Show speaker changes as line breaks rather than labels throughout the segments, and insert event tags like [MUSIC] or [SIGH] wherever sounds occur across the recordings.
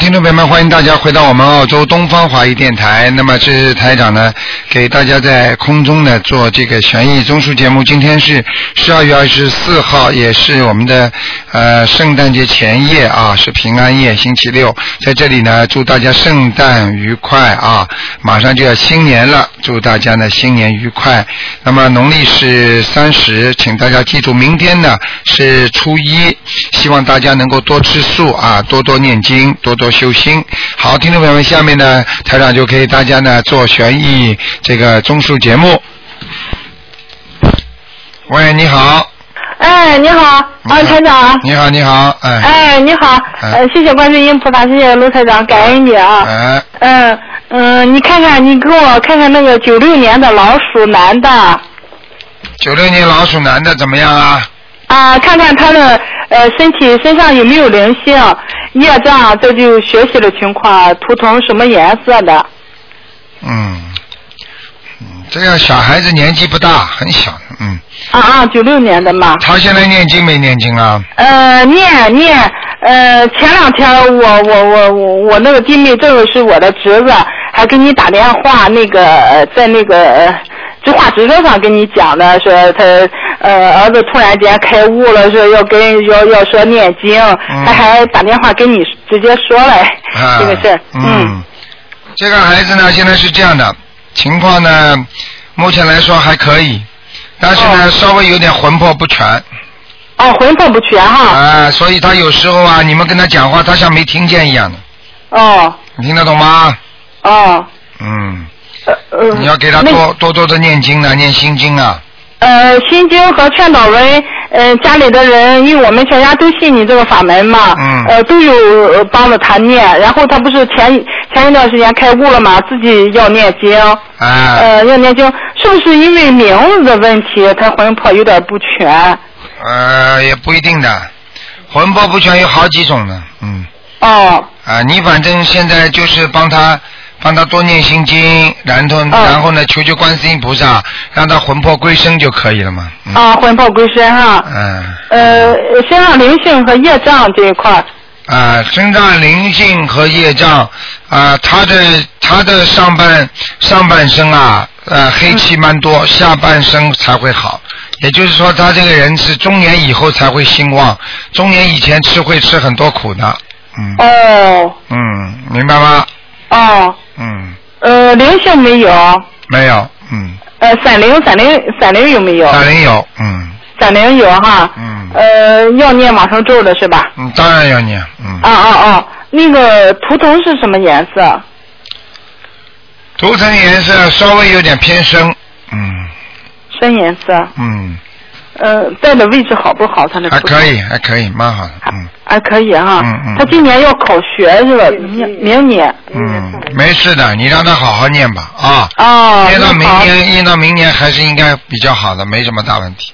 听众朋友们，欢迎大家回到我们澳洲东方华语电台。那么这是台长呢，给大家在空中呢做这个悬疑综述节目。今天是十二月二十四号，也是我们的呃圣诞节前夜啊，是平安夜，星期六。在这里呢，祝大家圣诞愉快啊！马上就要新年了，祝大家呢新年愉快。那么农历是三十，请大家记住，明天呢是初一，希望大家能够多吃素啊，多多念经，多多修心。好，听众朋友们，下面呢，台长就给大家呢做悬疑这个综述节目。喂，你好，
哎，你好，
你好
啊，台长，
你好，你好，哎，
哎，你好，
哎
呃，谢谢观世音菩萨，谢谢卢台长，感恩你啊，
哎，
嗯嗯，你看看，你给我看看那个九六年的老鼠男的，
九六年老鼠男的怎么样啊？
啊，看看他的呃身体身上有没有灵性、业障，这就学习的情况，图腾什么颜色的？
嗯，嗯这个小孩子年纪不大，很小，嗯，
啊啊，九六年的嘛，
他现在念经没念经啊？
呃，念念，呃，前两天我我我我我那个弟妹，这个是我的侄子，还给你打电话，那个呃在那个呃直话直说上跟你讲的，说他呃儿子突然间开悟了，说要跟要要说念经，他还打电话跟你直接说了、
啊，
这个事儿，
嗯，这个孩子呢，现在是这样的情况呢，目前来说还可以，但是呢，
哦
稍微有点魂魄不全
哦，魂魄不全哈，
啊，所以他有时候啊，你们跟他讲话，他像没听见一样的，
哦
你听得懂吗？
哦，
嗯，
呃呃，
你要给他
那
多多多的念经啊，念心经啊，
呃，心经和劝导文，呃，家里的人，因为我们全家都信你这个法门嘛，
嗯
呃，都有呃帮着他念。然后他不是前前一段时间开悟了嘛，自己要念经，
啊，
呃，要念经，是不是因为名字的问题，他魂魄有点不全？
呃，也不一定的，魂魄不全有好几种呢，嗯。
哦，
啊，你反正现在就是帮他帮他多念心经，然后、然后呢求求观世音菩萨，让他魂魄归生就可以了嘛。嗯。
啊，魂魄归身哈、
嗯
呃，身上灵性和业障这一块儿，
啊，身上灵性和业障啊，他的他的上半上半身啊，呃，黑气蛮多，下半身才会好。也就是说，他这个人是中年以后才会兴旺，中年以前吃会吃很多苦的。嗯
哦，
嗯，明白吗？
哦，
嗯，
呃，灵性没有，
没有，嗯，
呃，闪灵闪灵闪灵有没有？
大人有，嗯。
闪灵有哈，
嗯
呃，要念往生咒的是吧？
嗯，当然要念，嗯
啊。啊啊！那个图腾是什么颜色？
涂层颜色稍微有点偏深，嗯
深颜色。
嗯，
呃，戴的位置好不好？他那
还
个图腾
可以，还可以，蛮好的，嗯
还可以哈。
嗯嗯
他今年要考学是吧？明明年。
嗯，没事的，你让他好好念吧，啊，
哦。
念到
那
明
好。
年，念到明年还是应该比较好的，没什么大问题。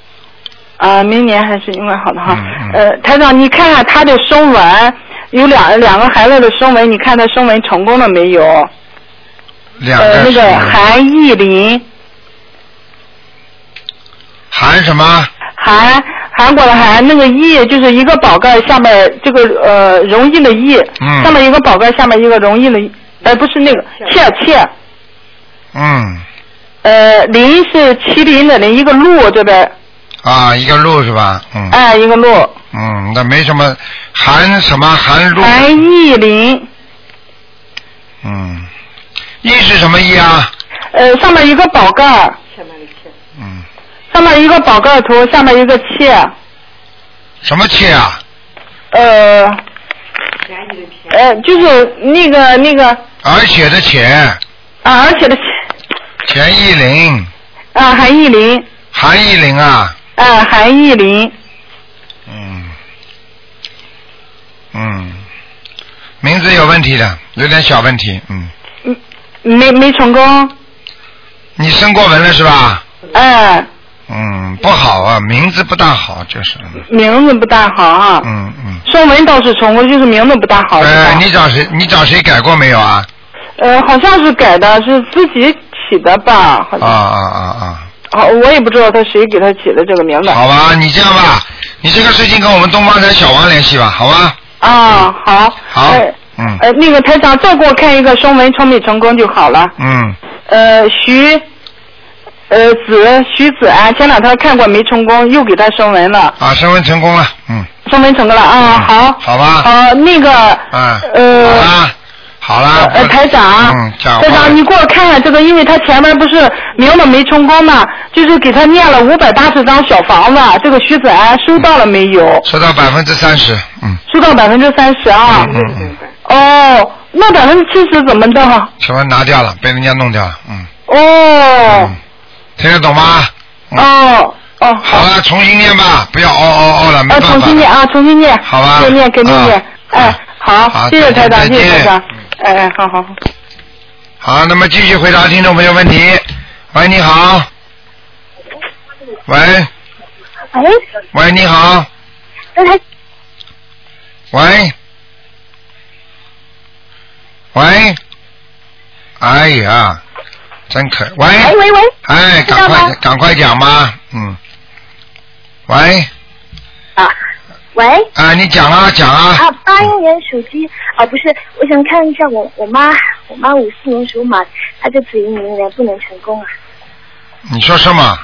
啊、明年还是应该好的哈。
嗯嗯
呃，台长，你看看他的声纹，有两两个孩子的声纹，你看他声纹成功了没有？
两
呃，
个
那
是
个韩意林，
含什么？
韩韩国的韩，那个易就是一个宝盖下面这个呃容易的易，
嗯
上面一个宝盖，下面一个容易的易，呃不是那个切切，
嗯，
呃林是麒麟的林，一个鹿这边，
啊，一个鹿是吧？嗯
哎、一个鹿，
嗯，那没什么，含什么含鹿？
韩易林，
嗯，一是什么一啊？
呃上面一个宝盖，
嗯，
上面一个宝盖头，下面一个切，
什么气啊？
呃，呃就是那个那个
而且啊的且，
啊，而且的切
钱一林，
啊韩易林，
韩一林啊。
啊韩易林，
嗯，嗯，名字有问题的，有点小问题。嗯，
没没成功，
你生过文了是吧？
哎、
嗯，不好啊，名字不大好，就是。
名字不大好啊，
嗯嗯。
声纹倒是成功，就是名字不大好是
呃，
吧
你找谁？你找谁改过没有啊？
呃，好像是改的，是自己起的吧？好像，
啊啊啊
好，我也不知道他谁给他起的这个名字
啊！。好吧，你这样吧，你这个事情跟我们东方台小王联系吧，好吧？
啊，好。
好
哎
嗯
呃，那个台长再给我看一个声纹聪明成功就好了。
嗯，
呃，徐，呃子徐子安，前两天看过没成功，又给他声纹了，
啊，升温成功了，嗯，
声纹成功了啊、好。
好吧
好、那个。
啊，
呃。
嗯好啦，好啦，
呃，台长，
嗯，讲
台
话
长，你给我看看这个，因为他前面不是明了没成功嘛，就是给他念了五百八十张小房子，这个徐子安收到了没有？
收到百分之三十，嗯，
收到百分之三十啊。
嗯嗯，
哦，那百分之七十怎么的？
全部拿掉了，被人家弄掉了，嗯，
哦，
嗯，听得懂吗？嗯
哦，哦，
好了，重新念吧，不要哦哦哦了，没
啊，
办法
重
了。
新念啊，重新念，
好吧
再念，肯定念
啊。
哎，
好
好，谢谢
再
台长，
见再
谢谢台
见
长。哎哎，好好。好
好，那么继续回答听众朋友问题。喂，你好。喂，
哎，
喂，你好。
哎
那他
喂，喂，哎呀，真可喂，
哎喂喂，
哎，
知道
赶
吗
快赶快讲吧，嗯。喂，
啊，喂，
啊，你讲啊讲啊
啊，，八一年属鸡啊，不是，我想看一下我我妈，我妈五四年属马，她就子明年不能成功啊。
你说什么？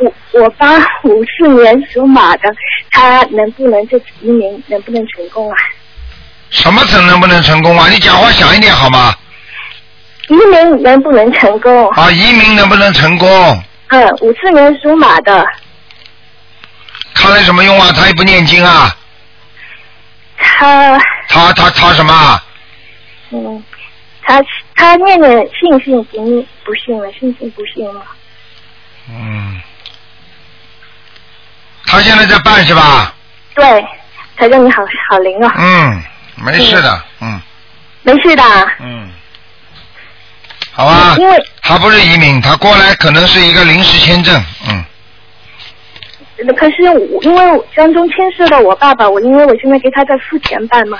我我妈五四年属马的，她能不能就移民能不能成功啊？
什么能不能成功啊？你讲话响一点好吗？
移民能不能成功？
啊，移民能不能成功？
嗯，五四年属马的，
他来什么用啊？他也不念经啊，
她
他他他什么啊？
嗯，她她念念信信不信不信了，信信不信了。
嗯，他现在在办是吧？
对，台长你好好灵哦，
嗯，没事的，嗯
没事的啊。
嗯，好吧
因。为
他不是移民，他过来可能是一个临时签证，嗯，
可是我因为我当中牵涉到我爸爸，我因为我现在给他在付钱办嘛，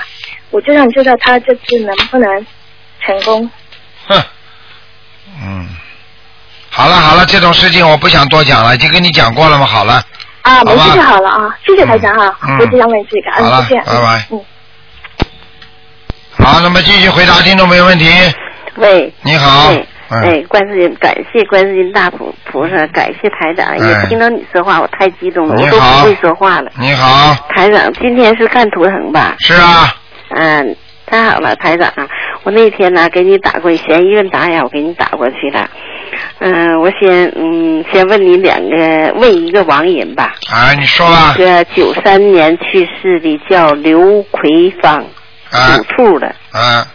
我就想知道他这次能不能成功。
哼，嗯，好了好了，这种事情我不想多讲了，已经跟你讲过了嘛，好了，
啊，没
好吧
事就好了啊，谢谢台长啊，
嗯
我只想问这个，
好
啊，
了
谢谢，
拜拜
嗯，
好，那么继续回答听众朋友问题。
喂，
你好
哎，
嗯
哎，观世音，感谢观世音大菩菩萨，感谢台长，
哎
也听到你说话，我太激动了，
你
我都
好
不会说话了。
你好，
台长，今天是看图腾吧？
是啊，
嗯，太好了，台长，啊我那天呢给你打过去，嫌疑问答呀，我给你打过去了。嗯，我先嗯先问你两个，问一个亡人吧，
哎，你说吧
一，个九三年去世的叫刘奎芳，
啊
属兔的
啊，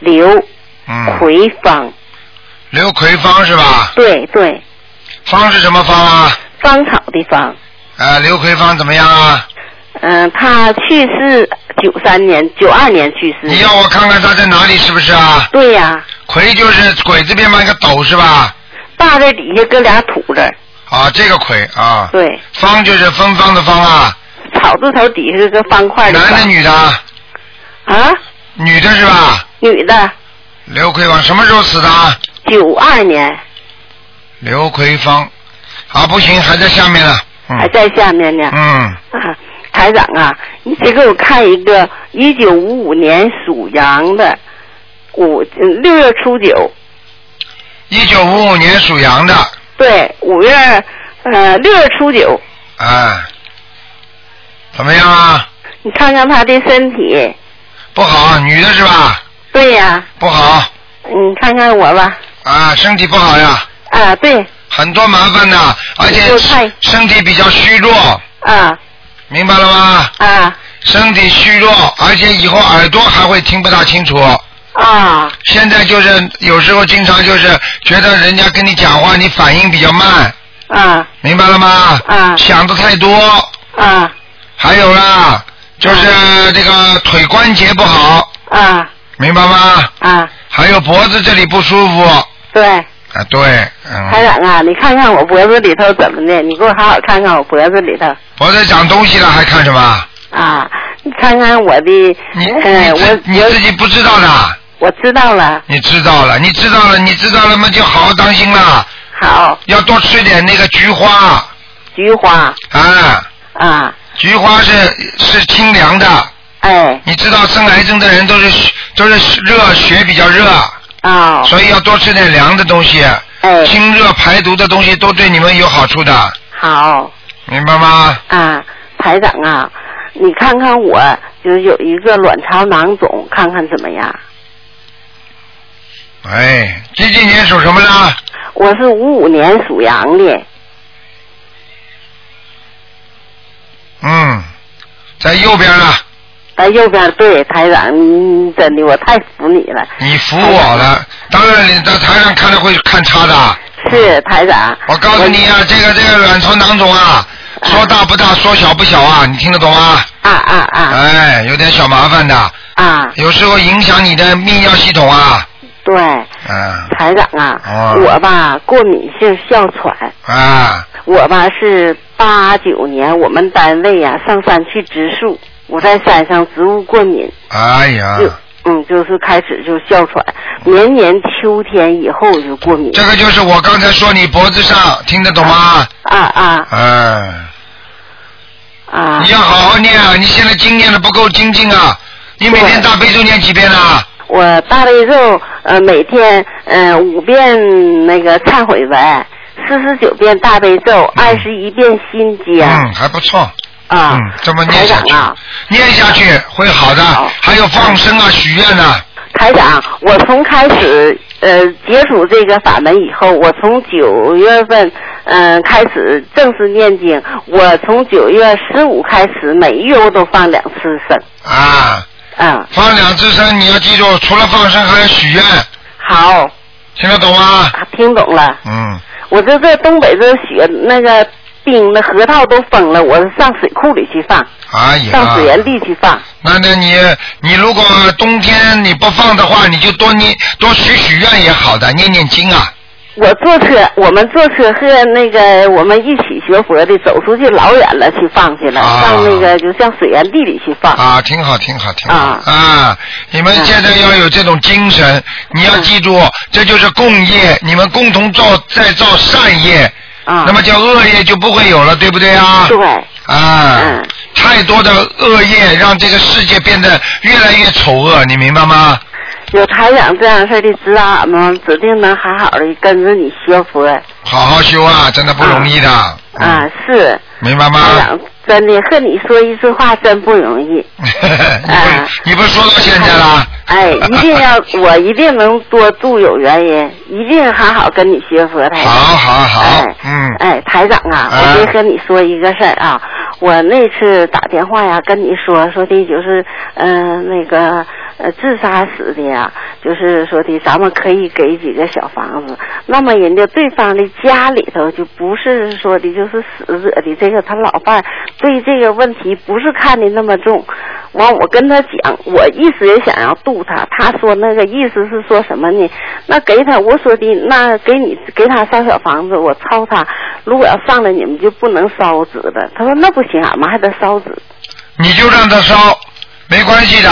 刘
嗯，
奎芳，
刘奎芳是吧？
对对，
芳是什么芳啊？
芳草的芳。
啊，刘奎芳怎么样啊？
嗯，他去世九三年，九二年去世。
你要我看看他在哪里是不是啊？
对呀、
奎就是鬼字边旁一个斗是吧？
大字底下搁俩土字，
啊，这个奎啊，
对，
芳就是芬芳的芳啊，
草字头底下是个方块
男的
方
女的啊？
啊，
女的是吧？
女的，
刘奎芳什么时候死的啊？
九二年
刘奎芳，啊，不行，还在下面了，
还
嗯
在下面呢。
嗯，
啊，台长啊，你先给我看一个一九五五年属羊的，五嗯六月初九，
一九五五年属羊的，
对，五月呃六月初九，
哎，怎么样啊？
你看看他的身体。
不好，啊女的是吧？
对呀、嗯
不好
你看看我吧。
啊，身体不好呀，
啊，对，
很多麻烦的，而且
我看
身体比较虚弱，
啊
明白了吗？
啊
身体虚弱，而且以后耳朵还会听不大清楚。
啊
现在就是有时候经常就是觉得人家跟你讲话，你反应比较慢，
啊
明白了吗？
啊
想的太多，
啊
还有
嗯
啦，就是这个腿关节不好，
啊
明白吗？
啊！
还有脖子这里不舒服啊，
对，
对，
台
嗯，
长啊，你看看我脖子里头怎么的？你给我好好看看我脖子里头
脖子长东西了还看什么？
啊！你看看我的，
你
呃，
你自
我
你自己不知道的，
我知道了，
你知道了，你知道了，你知道了嘛，就好好当心了，
好，
要多吃点那个菊花
菊花
啊，
啊
菊花是是清凉的，
哎，
你知道生癌症的人都是血都是热血比较热，
啊、
所以要多吃点凉的东西，
哎，
清热排毒的东西都对你们有好处的，
好
明白吗？
啊，台长啊，你看看我就是有一个卵巢囊肿，看看怎么样？
哎，几几年属什么呢？
我是五五年属羊的，
嗯，在右边啊了，
在右边。对，台长，嗯真的我太服你了。
你服我
哎
了。当然，你到台上看了会看差的。
是台长，
我告诉你啊，
哎
这个这个卵巢囊肿啊，说大不大，说小不小啊，你听得懂吗？
啊啊啊
哎，有点小麻烦的，
啊！
有时候影响你的泌尿系统啊。
对，
嗯
台长啊，
哦
我吧过敏性哮喘，
啊，
我吧是八九年我们单位呀、上山去植树，我在山上植物过敏，
哎呀
就，嗯就是开始就哮喘，年年秋天以后就过敏。
这个就是我刚才说你脖子上，听得懂吗？
啊啊
嗯，
啊
你！要好好念啊！你现在经念的不够精进啊！你每天大悲咒念几遍啊？
我大悲咒呃每天呃五遍那个忏悔文，四十九遍大悲咒，二十一遍心经、
嗯，还不错。
啊。
嗯，这么
台
念
长
下去
啊，，
念下去会好的
好。
还有放生啊，许愿呐、
台长，我从开始呃接触这个法门以后，我从九月份嗯、呃开始正式念经，我从九月十五开始，每月我都放两次生，
啊。
嗯，
放两只生，你要记住，除了放生还要许愿，
好，
听得懂吗？
啊听懂了。
嗯，
我这这东北这雪那个冰那核桃都封了，我上水库里去放，
哎呀，
上水源地去放。
那那你你如果冬天你不放的话，你就多念多许许愿也好的，念念经啊。
我坐车，我们坐车和那个我们一起学佛的走出去老远了去放去了，
啊
上那个就像水源地里去放。
啊，挺好，挺好，挺好
啊嗯
啊！你们现在要有这种精神，你要记住，这就是共业，你们共同造再造善业，
啊，
那么叫恶业就不会有了，对不对啊？
对，
啊，
嗯
太多的恶业让这个世界变得越来越丑恶，你明白吗？
有台长这样式的指导俺们，指定能好好的跟着你学佛。
好好修啊，真的不容易的，
啊，是
明白吗？
台长，真的和你说一次话真不容易。
你不 [LAUGHS] 你不是
嗯
说到现在了？ [LAUGHS]
哎，一定要，我一定能多助有缘人，一定好好跟你学佛台长。
好好好
哎，，
嗯，
哎，台长啊，
啊
我得和你说一个事儿啊，我那次打电话呀，跟你说说的就是，嗯、那个呃，自杀死的呀，就是说的咱们可以给几个小房子，那么人家对方的家里头就不是说的，就是死者的这个他老伴儿对这个问题不是看的那么重，完我跟他讲，我一直也想要度他，他说那个意思是说什么呢？那给他我说的那给你给他烧小房子，我抄他，如果要上来你们就不能烧纸了。他说那不行，啊俺们还得烧纸
你就让他烧，没关系的，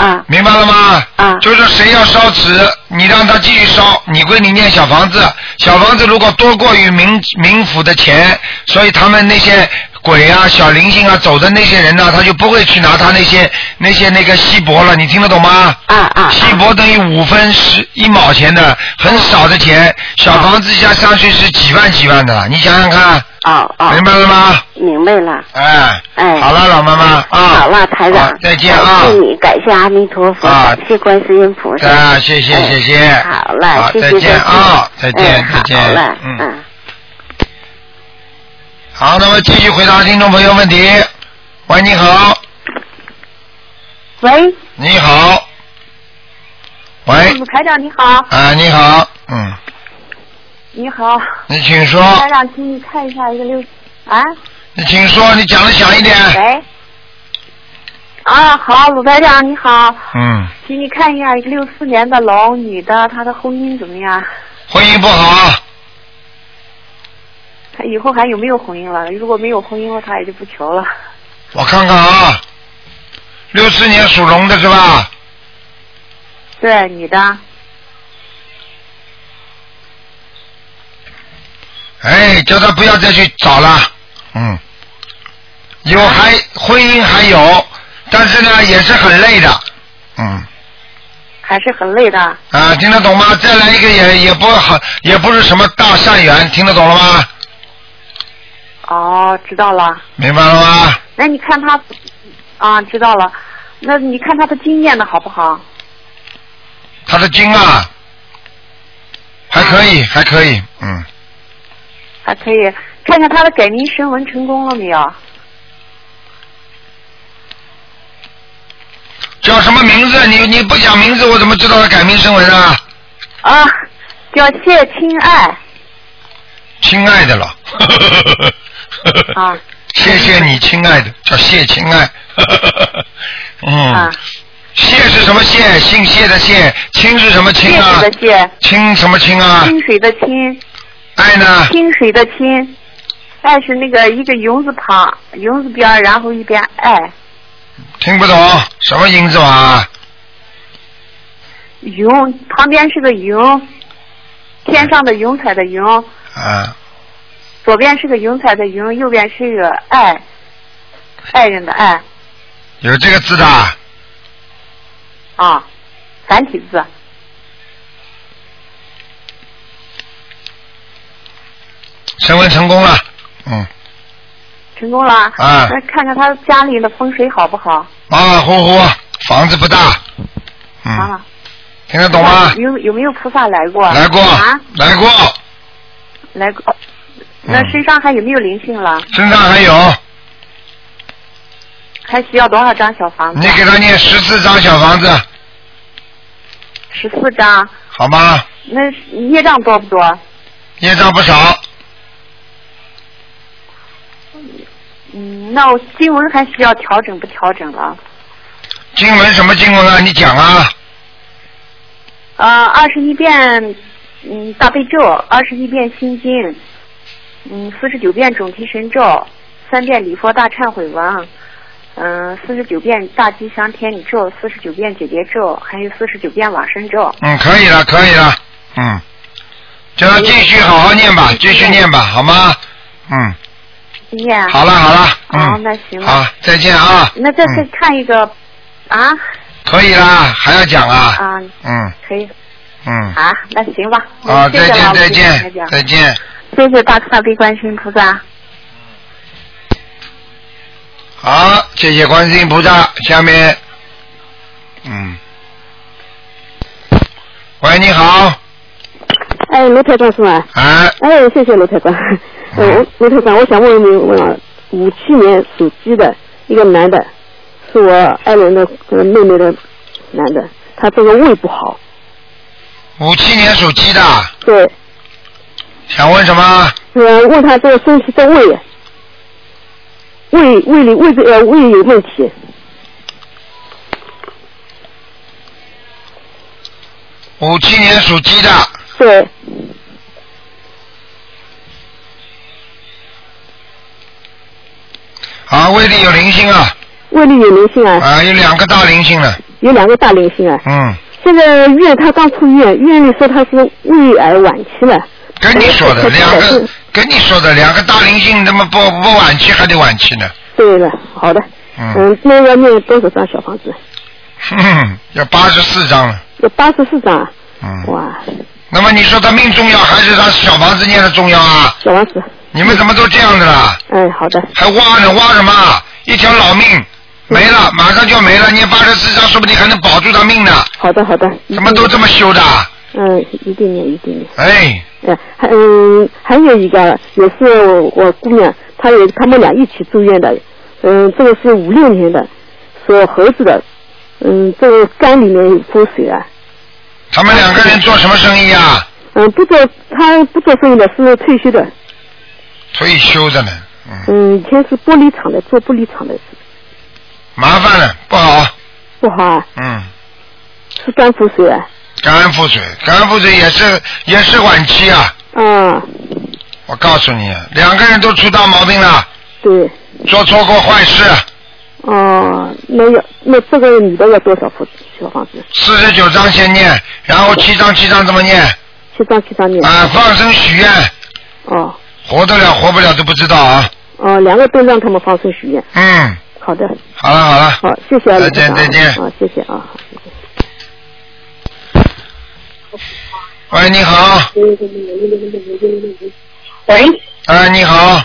啊
明白了吗？
啊
就是谁要烧纸，你让他继续烧，你归你念小房子。小房子如果多过于冥冥府的钱，所以他们那些鬼啊、小灵性啊走的那些人呢、他就不会去拿他那些那些那个锡箔了。你听得懂吗？
啊啊！啊
锡箔等于五分十一毛钱的，很少的
啊
钱。小房子加上去是几万几万的了，你想想看，
哦哦，
明白了吗？
明白了。
哎，
哎
好了，老妈妈啊，
好了，台长
好，再见啊
感谢你，感谢阿弥陀佛，
啊
感谢观世音菩萨。
啊，谢谢
哎
谢谢，
好了，
好，
谢谢
再见啊，再见
嗯
再见，
好了，
嗯，
嗯。
好，那么继续回答听众朋友问题。喂，你好，
喂，
你好，喂
嗯，台长你好，
啊，你好，嗯，
你好，
你请说，
台
嗯
长，请你看一下一个六啊，
你请说，你讲的响一点，
嗯
喂，啊好，鲁台长你好，
嗯，
请你看一下一个六四年的龙女的，她的婚姻怎么样？
婚姻不好，啊
她以后还有没有婚姻了？如果没有婚姻了，她也就不求了。
我看看啊，六四年属龙的是吧？
对，女的，
哎，叫他不要再去找了。嗯，有还婚姻还有，但是呢也是很累的，嗯。
还是很累的。
啊，听得懂吗？再来一个也也不好，也不是什么大善缘，听得懂了吗？
哦，知道了。
明白了吗？
那你看他，啊，知道了。那你看他的经验的好不好？
他的经啊，还可以，还可以，嗯，
还可以，看看他的改名声纹成功了没有？
啊叫什么名字？你你不讲名字，我怎么知道他改名声纹啊？
啊，叫谢亲爱。
亲爱的了。
啊。
谢谢你，亲爱的，叫谢亲爱。嗯。
啊，
谢是什么谢？姓谢的谢，亲是什么
谢
亲啊
谢？的谢，
亲什么亲啊？
清水的清，
爱呢？
清水的清，爱是那个一个云字旁，云字边儿，然后一边爱，
听不懂什么啊银子娃？
云旁边是个云，天上的云彩的云，
啊，
左边是个云彩的云，右边是个爱，爱人的爱
有这个字的啊？
啊，繁体字。
升温成功了，嗯，
成功了，
啊
那看看他家里的风水好不好？
马马虎虎，房子不大，嗯，
啊，
听得懂吗？
有有没有菩萨来过？
来过
啊，，
来过，
来过。那
嗯
身上还有没有灵性了？
身上还有，
还需要多少张小房子
你？给他念十四张小房子，
十四张。
好吗？
那业障多不多？
业障不少，
嗯，那我经文还需要调整不调整了？
经文什么经文啊？你讲啊，
呃，二十一遍，嗯，大悲咒，二十一遍心经，嗯，四十九遍准提神咒，三遍礼佛大忏悔文，嗯、四十九遍大吉祥天女咒，四十九遍解结咒，还有四十九遍往生咒。
嗯，可以了，可以了，嗯，叫他继续好好念
嗯
吧，继续念吧，好吗？嗯，
经验。
好了好了，
哦，
嗯，
那行了。
好，再见啊，
那再再
嗯
看一个，啊
可以啦，还要讲啊，
啊，
嗯
可以
嗯，
啊，那行吧。
啊，
谢
再
嗯谢了
见
我
再
们今天
见再见。
谢谢大慈大悲观世音菩萨。
好，谢谢观世音菩萨。下面，嗯，喂，你好，
哎，卢台长是吗？
哎，
哎，谢谢卢台长。
嗯
嗯，卢台长，我想问你，我五七年属鸡的一个男的，是我爱人的、呃、妹妹的男的，他这个胃不好，
五七年属鸡的，
对，
想问什么？
呃，问他这个身体的胃，胃胃里胃呃胃有问题，
五七年属鸡的，
对，
啊，胃里有灵性了，
胃里有灵性啊，
啊，有两个大灵性了，
有两个大灵性啊。
嗯，
现在医院他刚出院，医院里说他是胃癌晚期了，
跟你说的
哎
两个
是，
跟你说的两个大灵性，他妈不不晚期还得晚期呢，
对了，好的，
嗯，
嗯，那要念多少张小房子？
哼，要八十四张了，
有八十四张啊。
嗯，
哇，
那么你说他命重要还是他小房子念的重要啊？
小王子，
你们怎么都这样的啦？
哎，好的，
还挖呢？挖什么？一条老命没了，马上就要没了。念八十四章，说不定还能保住他命呢。
好的，好的，一定
怎么都这么修的？
嗯，一定念，一定念。
哎，
哎，还嗯，还有一个也是我我姑娘，她也她们俩一起住院的，嗯，这个是五六年的，属猴子的，嗯，这个肝里面有风水啊，
他们两个人做什么生意啊？
嗯，不做她不做生意的，是退休的，
退休的呢，嗯，
嗯，以前是玻璃厂的，做玻璃厂的，
麻烦了，不好，
不好啊，
嗯，
是肝风水啊，
感恩腹水，感恩腹水也是也是晚期啊。
啊，
我告诉你，啊两个人都出大毛病了，
对，
做错过坏事，
哦，那要那这个女的要多少幅小房子？
四十九章先念，然后七章七章这么念，
七张七张念。
啊，放生许愿，
哦
活得了活不了都不知道啊，
哦，两个都让他们放生许愿。
嗯。
好的，
好了好了，
好，谢谢啊，
再见
卢台长
再见
好，谢谢啊。
喂，你好，
喂，
啊，你好，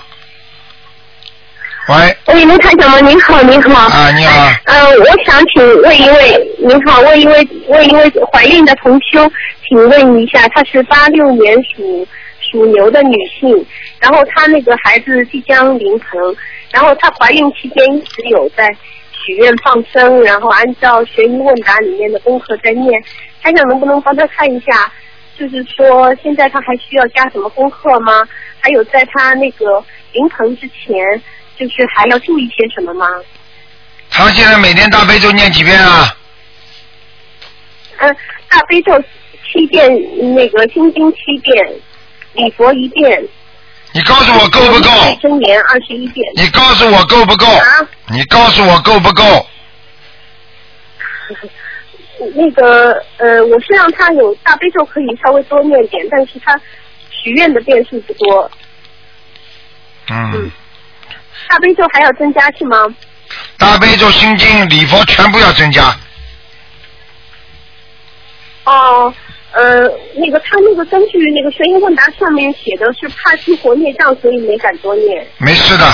喂，
喂，卢台长吗？您好，您好。
啊，你好，
呃，我想请问一位，您好，问一位，问一位怀孕的同修，请问一下，她是八六年属属牛的女性，然后她那个孩子即将临盆，然后她怀孕期间一直有在许愿放生，然后按照《悬疑问答》里面的功课在念，台长能不能帮她看一下？就是说，现在她还需要加什么功课吗？还有，在她那个临盆之前，就是还要注意些什么吗？
他现在每天大悲咒念几遍啊？
嗯，大悲咒七遍，那个心经七遍，礼佛一遍，
你告诉我够不够？
真言二十一遍。
你告诉我够不够？
啊，
你告诉我够不够？
那个呃，我是让他有大悲咒可以稍微多念点，但是他许愿的遍数不多，
嗯，
大悲咒还要增加是吗？
大悲咒、心经、礼佛全部要增加。
哦，呃，那个他那个根据那个《悬疑问答》上面写的是怕激活孽障，所以没敢多念。
没事的，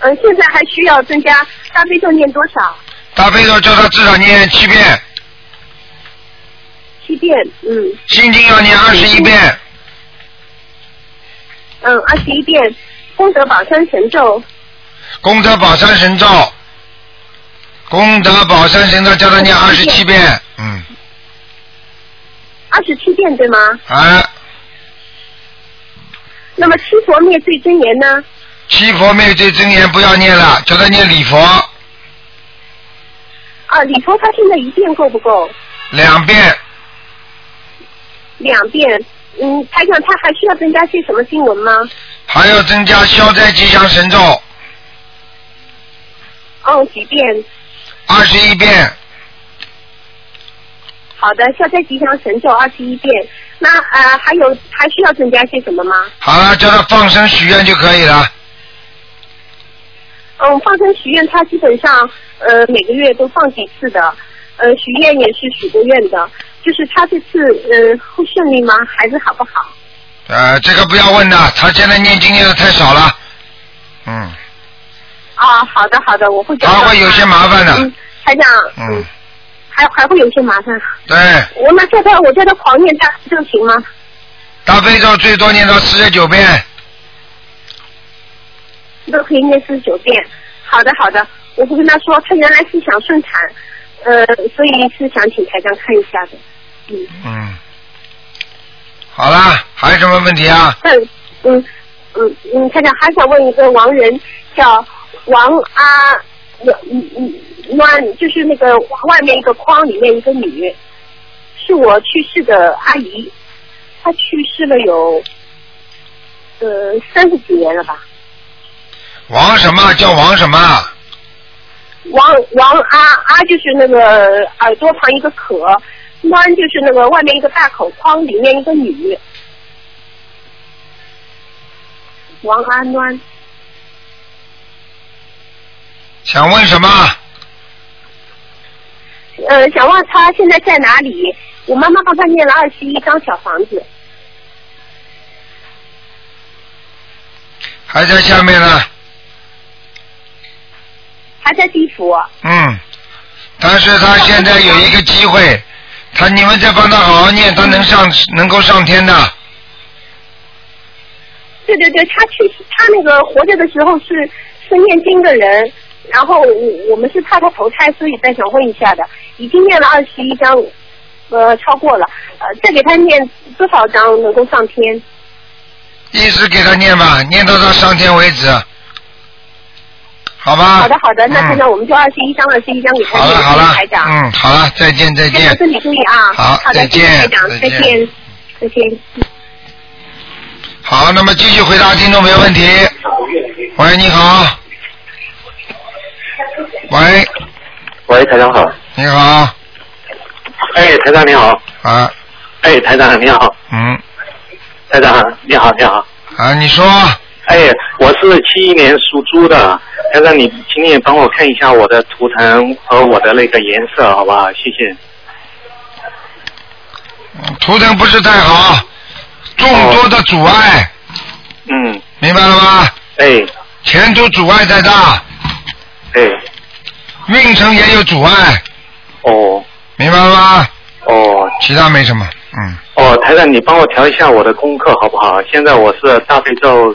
嗯、现在还需要增加大悲咒念多少？
大悲咒叫他至少念七遍，
七遍，嗯。
心经要念二十一遍，
嗯，二十一遍功德宝山神咒，
功德宝山神咒，功德宝山神咒叫他念二十七遍。嗯，
二十七遍对吗？
啊，
那么七佛灭罪真言呢？
七佛灭罪真言不要念了，叫他念礼佛
啊，礼佛他现在一遍够不够？
两遍。
两遍。嗯，台长，他还需要增加些什么经文吗？
还要增加消灾吉祥神咒
哦，几遍？
二十一遍，
好的，消灾吉祥神咒二十一遍。那呃，还有还需要增加些什么吗？
好了，叫他放生许愿就可以了。
嗯，放生许愿，他基本上呃每个月都放几次的，呃许愿也是许过愿的。就是他这次呃会顺利吗？孩子好不好？
呃，这个不要问的，他现在念经念的太少了，嗯，
啊，好的好的，我会。
他会有些麻烦的
嗯，台长。
嗯。
还还会有些麻烦。啊
对，
我那叫他，我叫他狂念大悲咒行吗？
大悲咒最多念到四十九遍，
都可以念四十九遍。好的好的，我会跟他说，他原来是想顺产，呃，所以是想请台长看一下的。
嗯，好啦，还有什么问题啊？
嗯嗯嗯嗯，台长还想问一个亡人，叫王阿，嗯嗯嗯，乱就是那个外面一个框里面一个女，是我去世的阿姨，她去世了有，呃，三十几年了吧。
王什么叫王什么？
王王阿阿就是那个耳朵旁一个可，弯就是那个外面一个大口框，里面一个女。王阿端，
想问什么？
呃，想问他现在在哪里？我妈妈帮他念了二十一张小房子，
还在下面呢，
还在地府。
嗯，但是他现在有一个机会，他你们再帮他好好念，他能上能够上天的。
对对对，他去他那个活着的时候是是念经的人，然后我我们是怕他投胎，所以再想问一下的，已经念了二十一章，呃，超过了，呃，再给他念多少章能够上天？
一直给他念吧，念到他上天为止，好吧？
好的好的，那现在
嗯、
我们就二十一章二十一章给他
好
念，
了好
谢谢
了
台，长，
嗯，好了，再见再
台长
见。
身体注意啊，
好
好的，
再
谢谢台
见
长，
再
再
见
见，再见。
好，那么继续回答听众没问题。喂，你好。喂，
喂，台长好。
你好，
哎，台长你好。
啊，
哎，台长你好，
嗯，
台长你好你好。
啊，你说，
哎，我是七一年属猪的，台长你，请你帮我看一下我的图腾和我的那个颜色，好不好？谢谢。
图腾嗯不是太好，众多的阻碍，
嗯，
明白了吗？
哎，
前途阻碍太大，
哎，
运程也有阻碍，
哦，
明白了吗？
哦，
其他没什么，嗯，
哦，台长，你帮我调一下我的功课好不好？现在我是大悲咒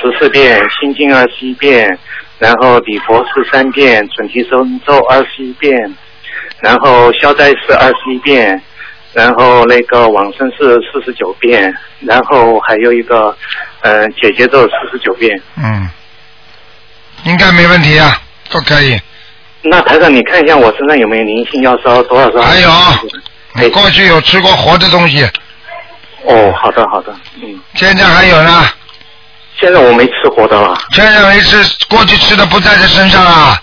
十四遍，心经二十一遍，然后礼佛四三遍，准提神咒二十一遍，然后消灾是二十一遍，然后那个往生是四十九遍，然后还有一个嗯、呃、姐姐咒四十九遍。
嗯，应该没问题啊，都可以。
那台长，你看一下我身上有没有灵性，要烧多少张？
还有
哎
你过去有吃过活的东西，
哦，好的好的，嗯，
现在还有呢，
现在我没吃活的了。
现在为止过去吃的不在这身上啊，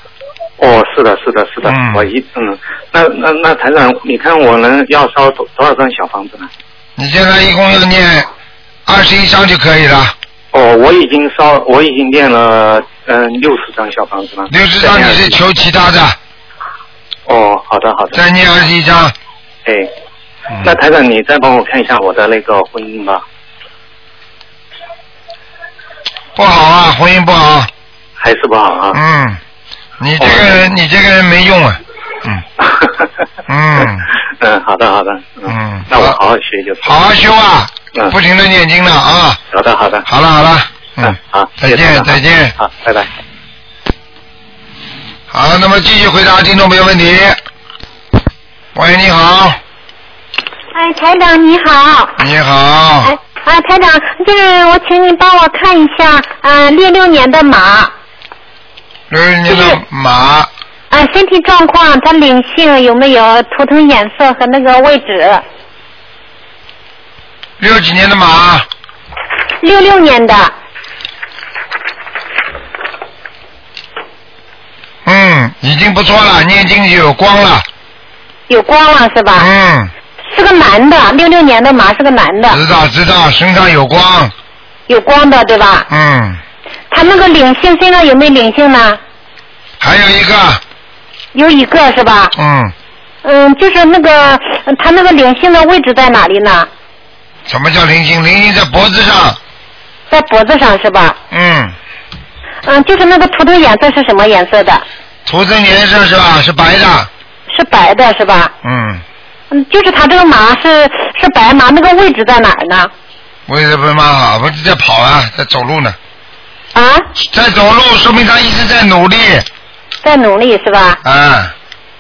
哦，是的，是的，是的，
嗯
我一嗯，那那那台长，你看我能要烧多多少张小房子呢？
你现在一共要念二十一章就可以了，
哦，我已经烧，我已经练了嗯六十张小房子了。
六十章你是求其他的，
哦，好的好的，
再念二十一嗯章。
哎，那台长你再帮我看一下我的那个婚姻吧，
不好啊，婚姻不好。
嗯还是不好啊？哦
嗯，你这个人，你这个人没用啊。
[LAUGHS]
嗯，嗯
嗯，好的好的，
嗯
那我好好学就是。
好好修啊，
嗯
不停的念经了啊。
好的好的，
好了好了，
嗯
嗯，
好，
再
谢谢台长
见再见。
好，拜拜。
好，那么继续回答听众朋友问题。喂，你好，
哎，台长你好。
你好，
哎啊，台长，就是我请你帮我看一下，呃，六六年的马，
六是你的马，
呃，身体状况，它灵性有没有？图腾颜色和那个位置。
六几年的马，
六六年的，
嗯，已经不错了，念经就有光了，
有光了是吧？
嗯，
是个男的，六六年的马是个男的，
知道知道，身上有光，
有光的对吧？
嗯，
他那个灵性身上有没有灵性呢？
还有一个，
有一个是吧？
嗯，
嗯，就是那个呃他那个灵性的位置在哪里呢？
什么叫灵性？灵性在脖子上，
在脖子上是吧？
嗯，
嗯，就是那个图腾颜色是什么颜色的？
图腾颜色是吧？是白的，
是白的是吧？
嗯，
嗯，就是它这个麻是是白麻，那个位置在哪儿呢？
位置不是蛮好，不是在跑啊，在走路呢，
啊，
在走路，说明他一直在努力，
在努力是吧？
啊，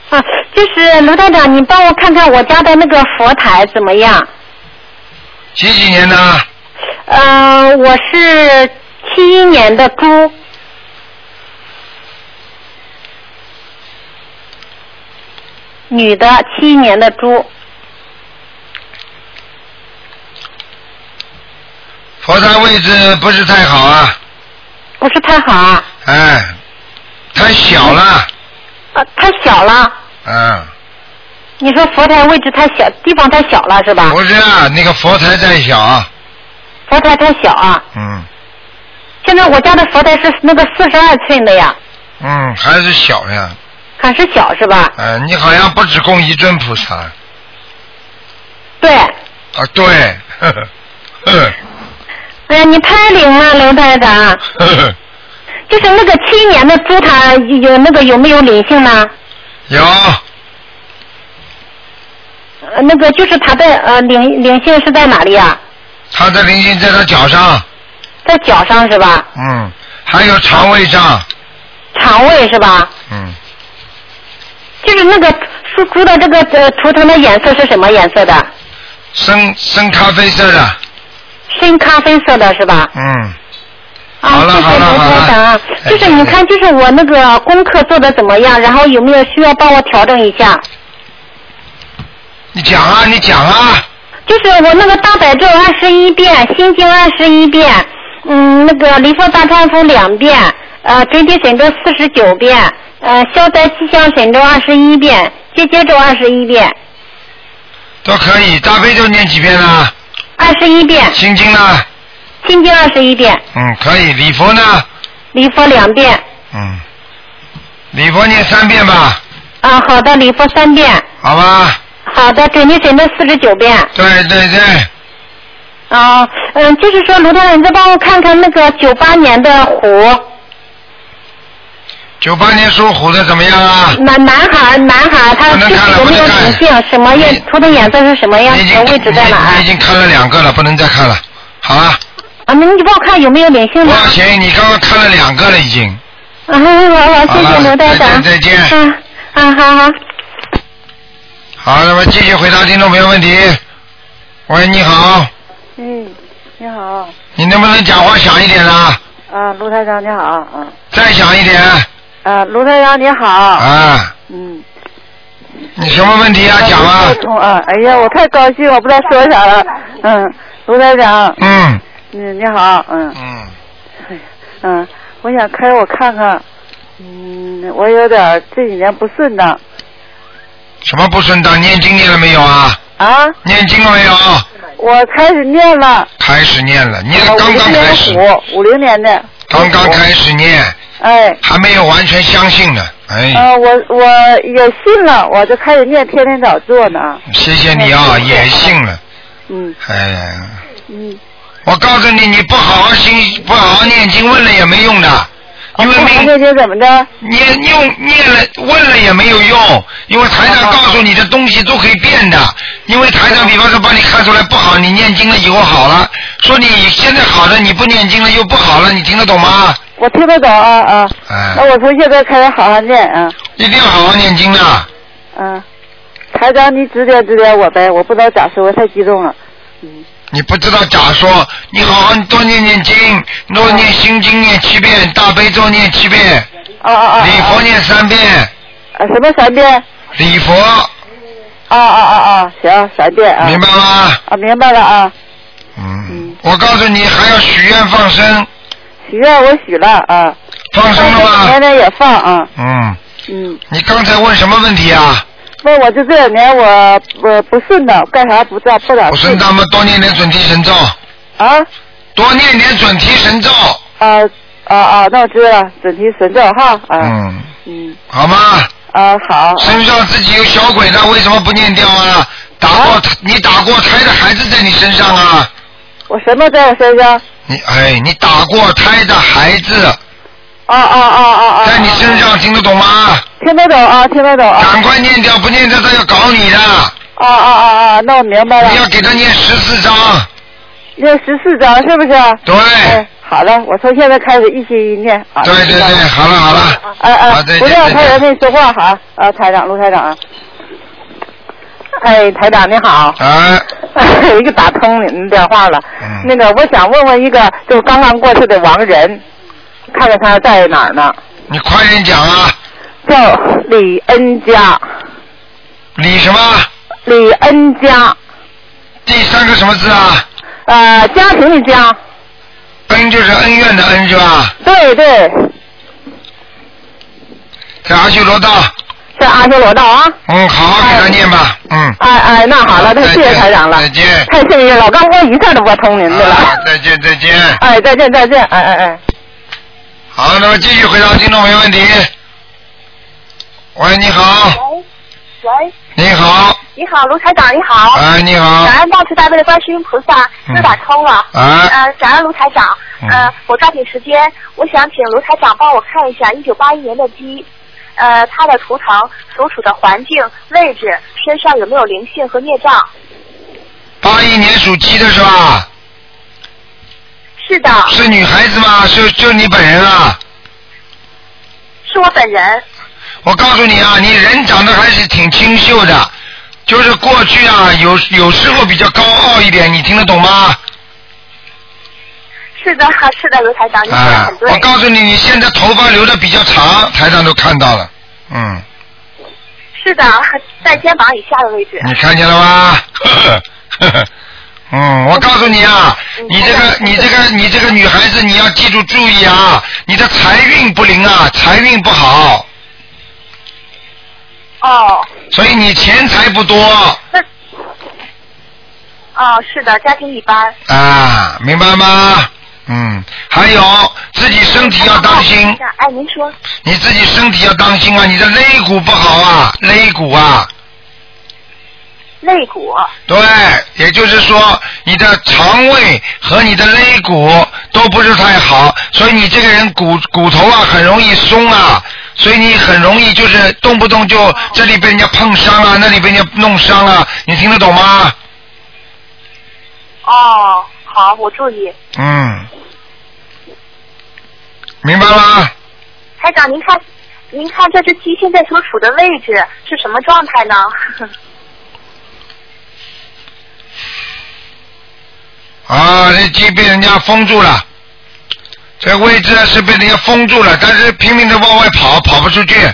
啊，就是卢台长，你帮我看看我家的那个佛台怎么样？
几几年的？
呃，我是七一年的猪，女的，七一年的猪，
佛台位置不是太好啊，
不是太好啊，
哎，太小了，
啊，太小了。
嗯，
你说佛台位置太小，地方太小了是吧？
不是啊，那个佛台太小，啊
佛台太小啊。
嗯
现在我家的佛台是那个四十二寸的呀，
嗯，还是小呀，
很是小是吧？
哎，你好像不只供一尊菩萨啊，
对，哎
对， [LAUGHS] 呵呵呵
哎呀，你太灵了，刘台长。
呵呵，
就是那个七年的猪，它有有那个有没有灵性呢？
有，
呃，那个就是它的呃灵灵性是在哪里啊？
他的灵性在他脚上，
在脚上是吧？
嗯，还有肠胃上，
肠胃是吧？
嗯，
就是那个猪猪的这个呃图腾的颜色是什么颜色的？
深深咖啡色的，
深咖啡色的是吧？
嗯，
啊，
好了
谢谢
好了
刘台长啊
好了，哎
就是你看，就是我那个功课做的怎么样，然后有没有需要帮我调整一下？
你讲啊，你讲啊，
就是我那个大白咒二十一遍，心经二十一遍，嗯，那个离佛大忏悔两遍，呃，准提神咒四十九遍，呃，消灾吉祥神咒二十一遍，结节咒二十一遍，
都可以，大悲咒念几遍啊呢？
二十一遍，
心经呢？
心经二十一遍，
嗯，可以，礼佛呢？
离佛两遍，
嗯，礼佛念三遍吧，
啊，好的，礼佛三遍。
好吧？
好的，准提神咒四十九遍。
对对对，
啊，嗯，就是说，卢太太，你再帮我看看那个九八年的虎，
九八年属虎的怎么样啊？
男男孩，男孩，他
不能
具
看
体
了
有没有
不能看
灵性？什么颜涂的颜色是什么样
你已
子
经
的？位置在哪
你
儿
你已？经看了两个了，不能再看了。好了，
啊，那你就帮我看有没有灵性
不
呢？
要行，你刚刚看了两个了已经。
啊，好好，谢
好了
谢卢台长。
再见再见
啊啊，好好。
好，那么继续回答听众朋友问题。喂，你好，
嗯，你好，
你能不能讲话响一点啊？
啊，卢台长你好，嗯，
再响一点
啊，卢台长你好，
啊！
嗯，
你什么问题啊？讲
啊
啊
我。通啊，哎呀，我太高兴，我不知道说啥了，嗯，卢台长，
嗯
嗯，你好，嗯
嗯，
嗯，我想开我看看，嗯，我有点儿这几年不顺当
什么不顺当？念经念了没有啊？
啊，
念经了没有？
我开始念了，
开始念了，念了
五
刚
零
刚开
年
始，
虎，五零年的，
刚刚开始念，
哎，
还没有完全相信呢。哎，
啊，我我也信了，我就开始念，天天早做呢，
谢谢你啊，也信了。
哦嗯
哎呀，
嗯。
我告诉你，你不好好心，不好好念经，问了也没用的，因为
那
命
那就怎么着？
念用念了问了也没有用，因为台长告诉你的东西都可以变的。因为台长比方说把你看出来不好，你念经了以后好了，说你现在好了，你不念经了又不好了，你听得懂吗？
我听得懂啊啊！
哎，
那我从现在开始好好念啊
一定要好好念经的。
啊！台长，你指点指点我呗，我不知道咋说，我太激动了。
你不知道咋说，你好好多念念经，多念心经念七遍，大悲咒念七遍，
啊啊啊！啊
礼佛念三遍，
啊什么三遍？
礼佛，
啊啊啊啊！行，三遍啊。
明白吗？
啊，明白了啊！
嗯，我告诉你，还要许愿放生，
许愿我许了啊。
放生了
这
吗
两？年也放啊。
嗯，
嗯，
你刚才问什么问题啊？
问我就这两年我我不顺当，干啥不咋不咋
我说
顺
他们多念点准提神咒，
啊
多念点准提神咒，
啊啊啊！那我知道了，准提神咒哈啊
嗯，
嗯
好吗？
啊好啊
身上自己有小鬼的，为什么不念掉啊？打过你打过胎的孩子在你身上啊？
我什么在我身上？
你哎，你打过胎的孩子
啊啊啊啊啊！
在你身上，听得懂吗？
听得懂啊，听得懂啊！
赶快念掉，不念掉他要搞你的，
啊啊啊啊！那我明白了
你，要给他念十四章，
念十四章是不是？
对。
哎，好了，我从现在开始一心一念啊。
对对
知道了
对，好了好了，
哎
好
哎
再见，
不让
再见
他人跟你说话哈啊！台长，卢台长啊。哎，台长你好， [LAUGHS]
啊，
又打通您的电话了。
嗯
那个，我想问问一个，就是刚刚过去的亡人，看看他在哪儿呢？
你快点讲啊，
叫李恩佳，
李什么？
李恩佳，
第三个什么字啊？
呃，家庭的家，
恩就是恩怨的恩是吧？
对对，
在阿修罗道，
是阿修罗道啊。
嗯，好好给他念吧，嗯。
哎哎，那好了，那
再
谢
见
谢台长了，
再见
太幸运了，我刚我一下都拨通您的了。
啊，再见再见。
[LAUGHS] 哎，再见再见，哎哎哎。
好，那么继续回答听众朋友问题。喂，你好，
喂，
你好，
你好，卢台长，你好。
啊，你好，
感恩大慈大悲的观世音菩萨
嗯
又打通了。
啊
呃，感恩卢台长。
嗯
呃，我抓紧时间，我想请卢台长帮我看一下一九八一年的鸡，呃，它的图腾所处的环境、位置、身上有没有灵性和孽障？
八一年属鸡的是吧？
是的，
是女孩子吗？是就你本人啊？
是我本人。
我告诉你啊，你人长得还是挺清秀的，就是过去啊，有有时候比较高傲一点，你听得懂吗？
是的， [LAUGHS] 是的，卢台长，你说的
啊
很，对。
我告诉你，你现在头发留的比较长，台上都看到了，嗯，
是的， [LAUGHS] 在肩膀以下的位置。
你看见了吗？呵呵 [LAUGHS] 嗯，我告诉你啊，你这个你这个你这个女孩子，你要记住注意啊，你的财运不灵啊，财运不好，
哦，
所以你钱财不多
那，哦，是的，家庭一般。
啊，明白吗？嗯，还有自己身体要当心。
哎，您说。
你自己身体要当心啊，你的肋骨不好啊，肋骨啊，
肋骨。
对，也就是说你的肠胃和你的肋骨都不是太好，所以你这个人骨骨头啊很容易松啊，所以你很容易就是动不动就这里被人家碰伤啊，那里被人家弄伤啊，你听得懂吗？
哦，好，我注意。
嗯，明白吗？
台长，您看，您看这只鸡现在所处的位置是什么状态呢？ [LAUGHS]
啊，这鸡被人家封住了，这位置是被人家封住了，但是拼命的往外跑，跑不出去。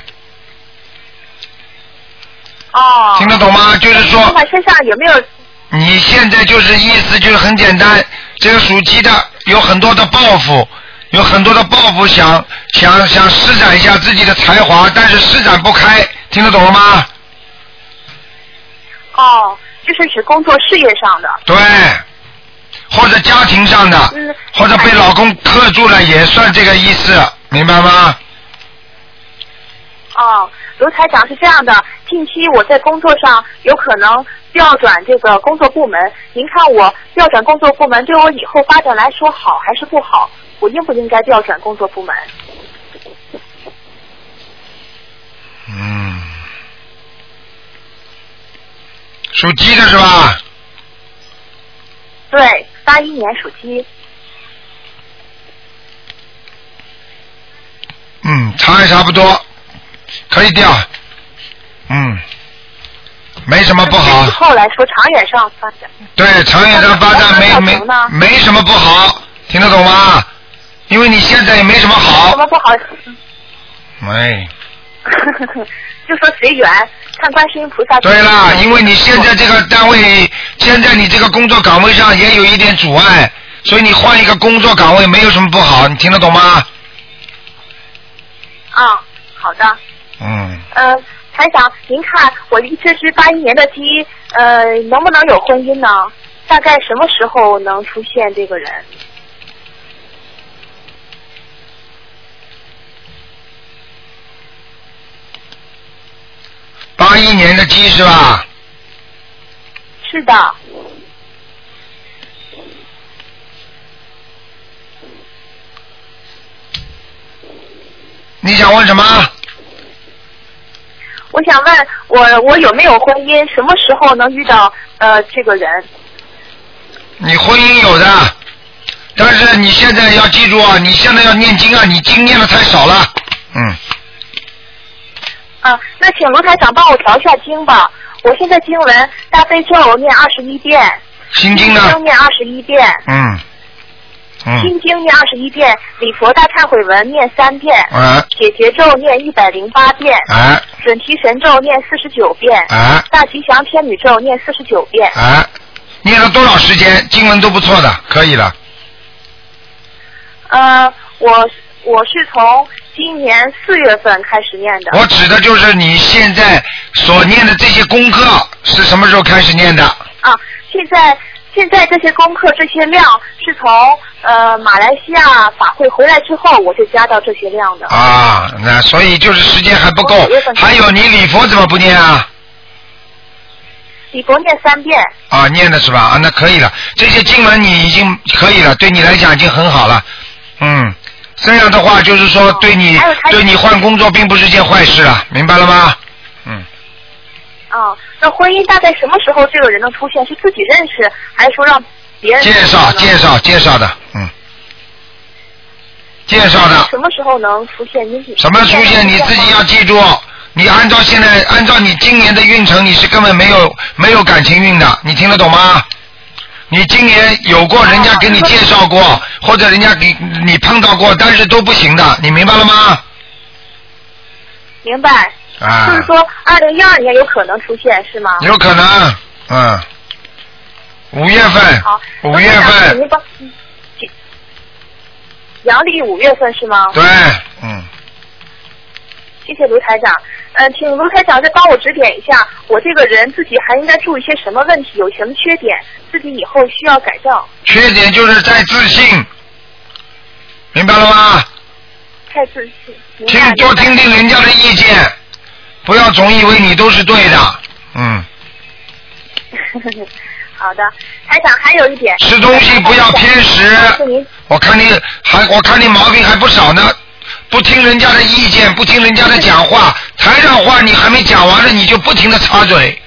哦。
听得懂吗？就是说，
看看身上有没有
你现在就是意思就是很简单，这个属鸡的有很多的抱负，有很多的抱负想想想施展一下自己的才华，但是施展不开，听得懂了吗？
哦，就是指工作事业上的。
对，或者家庭上的，或者被老公克住了，也算这个意思，明白吗？
哦，卢台长是这样的，近期我在工作上有可能调转这个工作部门，您看我调转工作部门对我以后发展来说好还是不好？我应不应该调转工作部门？
嗯，属鸡的是吧？
对，八一年属鸡，
嗯，差也差不多，可以调。嗯，没什么不好
以。后来说长远上发展。
对，长远的发展没没没什么不好，听得懂吗？因为你现在也没什么好。
什么不好？
哎，
[LAUGHS] 就说随缘，看观世音菩萨。
对啦，因为你现在这个单
嗯
位，现在你这个工作岗位上也有一点阻碍，所以你换一个工作岗位没有什么不好，你听得懂吗？
啊、好的。
嗯，
呃，台长，您看我这只八一年的鸡，呃，能不能有婚姻呢？大概什么时候能出现这个人？
八一年的鸡是吧？
是的，
你想问什么？
我想问我我有没有婚姻？什么时候能遇到呃这个人？
你婚姻有的，但是你现在要记住啊，你现在要念经啊，你经念的太少了。嗯，
啊，那请卢台长帮我调一下经吧。我现在经文大悲咒念二十一遍，
心经呢？
经念二十一遍，
嗯，嗯，
心经念二十一遍，礼佛大忏悔文念三遍，
啊
解结咒念一百零八遍，
啊
准提神咒念四十九遍，
啊
大吉祥天女咒念四十九遍。
啊，念了多少时间？经文都不错的，可以了。
呃，我我是从今年四月份开始念的。
我指的就是你现在所念的这些功课是什么时候开始念的？
啊，现在现在这些功课这些量是从呃马来西亚法会回来之后我就加到这些量的。
啊，那所以就是时间还不够。还哦有你礼佛怎么不念啊？
李佛念三遍，
啊，念的是吧？啊，那可以了。这些经文你已经可以了，对你来讲已经很好了。嗯，这样的话就是说对你对你换工作并不是件坏事了，明白了吗？
啊，那婚姻大概什么时候这个人能出现？是自己认识，还是说让别人
介绍介绍介绍的，嗯，介绍的。
什么时候能出现？您
什么出现你自己要记住，你按照现在按照你今年的运程，你是根本没有没有感情运的，你听得懂吗？你今年有过人家给你介绍过，或者人家给你碰到过，但是都不行的，你明白了吗？
明白？就
啊
是，说，二零一二年有可能出现是吗？
有可能，嗯，五月份，
好，
五月份，
您帮，嗯阳历五月份是吗？
对，嗯，
谢谢卢台长。嗯、请卢台长再帮我指点一下，我这个人自己还应该注意些什么问题，有什么缺点，自己以后需要改正。
缺点就是太自信，明白了吗？
太自信。明白
听多听听人家的意见，不要总以为你都是对的。嗯，
好的，台长还有一点，
吃东西不要偏食
是您
我看你还我看你毛病还不少呢，不听人家的意见，不听人家的讲话，台上话你还没讲完呢，你就不停的插嘴，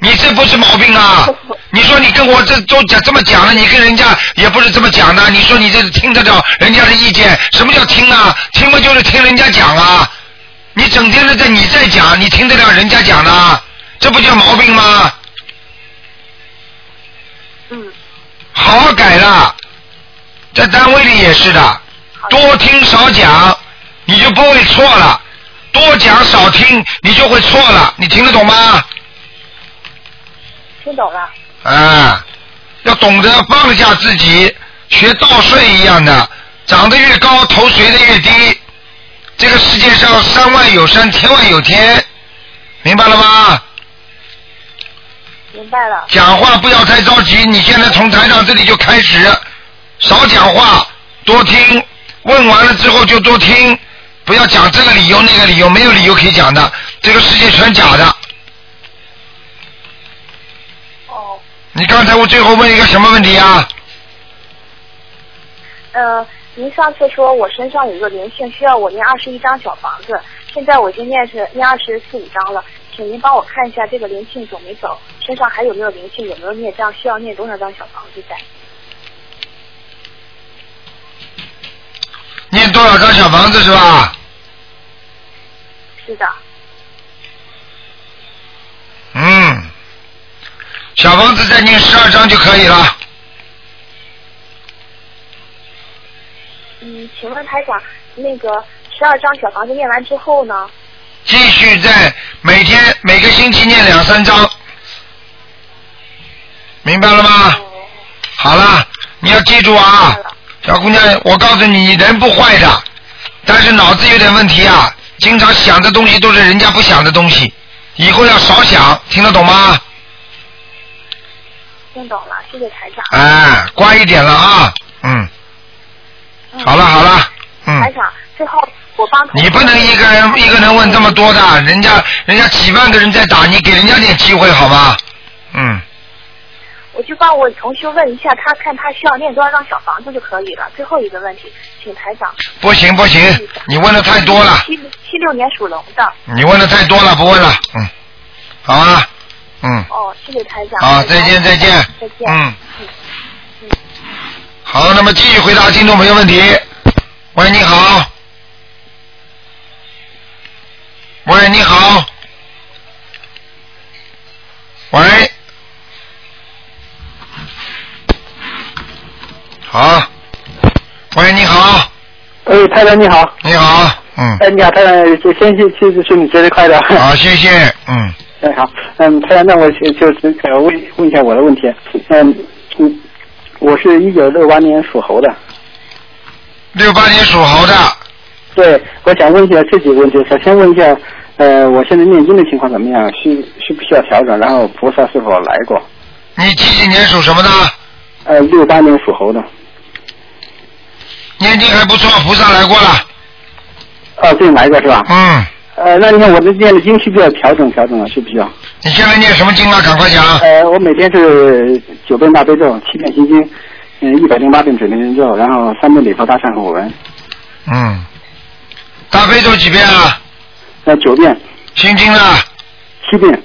你这不是毛病啊？你说你跟我这都讲这么讲了，你跟人家也不是这么讲的，你说你这听得到人家的意见？什么叫听啊？听嘛就是听人家讲啊。你整天的在你在讲，你听得了人家讲的，这不叫毛病吗？
嗯。
好好改了，在单位里也是的，多听少讲，你就不会错了；多讲少听，你就会错了。你听得懂吗？
听懂了。
啊，要懂得放下自己，学稻穗一样的，长得越高，头垂得越低。这个世界上山外有山，天外有天，明白了吗？
明白了。
讲话不要太着急，你现在从台长这里就开始，少讲话，多听，问完了之后就多听，不要讲这个理由那个理由，没有理由可以讲的，这个世界全假的。
哦，
你刚才我最后问一个什么问题啊？
呃，您上次说我身上有一个灵性，需要我念二十一张小房子，现在我已经念是念二十四五张了，请您帮我看一下这个灵性走没走，身上还有没有灵性，有没有孽障，需要念多少张小房子在？
念多少张小房子是吧？
是的，
嗯，小房子再念十二张就可以了。
嗯，请问台长，那个十二张小房子念完之后呢？
继续在每天每个星期念两三章，明白了吗？好了，你要记住啊，小姑娘，我告诉你，你人不坏的，但是脑子有点问题啊，经常想的东西都是人家不想的东西，以后要少想，听得懂吗？
听懂了，谢谢台长。
哎，乖一点了啊，嗯，
嗯
好了好了，嗯
台长，最后我帮同学
你不能一个人一个人问这么多的，人家人家几万个人在打，你给人家点机会好吗？嗯。
我就帮我同学问一下，他看他需要念多少张小房子就可以了。最后一个问题，请台长。
不行不行，你问的太多了，
七七六年属龙的。
你问的太多了，不问了，嗯，好啊，嗯，
哦，谢谢台长。
好，啊再见再见，
再见。
嗯，好，那么继续回答听众朋友问题。喂，你好。喂，你好。喂。好。喂，你好。
哎，太太你好。
你好，嗯。
哎，你好，太太，就先去去祝你节日快乐。
好，谢谢，嗯。
哎，好，嗯，太太，那我就就只呃问问一下我的问题，嗯嗯，我是一九六八年属猴的。
六八年属猴的。
对，我想问一下这几个问题。首先问一下，呃，我现在念经的情况怎么样？需需不需要调整？然后菩萨是否来过？
你几几年属什么的？
呃，六八年属猴的。
念经还不错，菩萨来过了。
哦，这来过是吧？
嗯。
呃，那你看我这念的经需不需要调整调整啊？需不需要？
你现在念什么经啊？赶快讲。
呃，我每天是九遍大悲咒，七遍心经，嗯，一百零八遍准提神咒，然后三遍礼佛大忏悔文，
嗯。大悲咒几遍啊？
呃，九遍。
心经呢？
七遍。
啊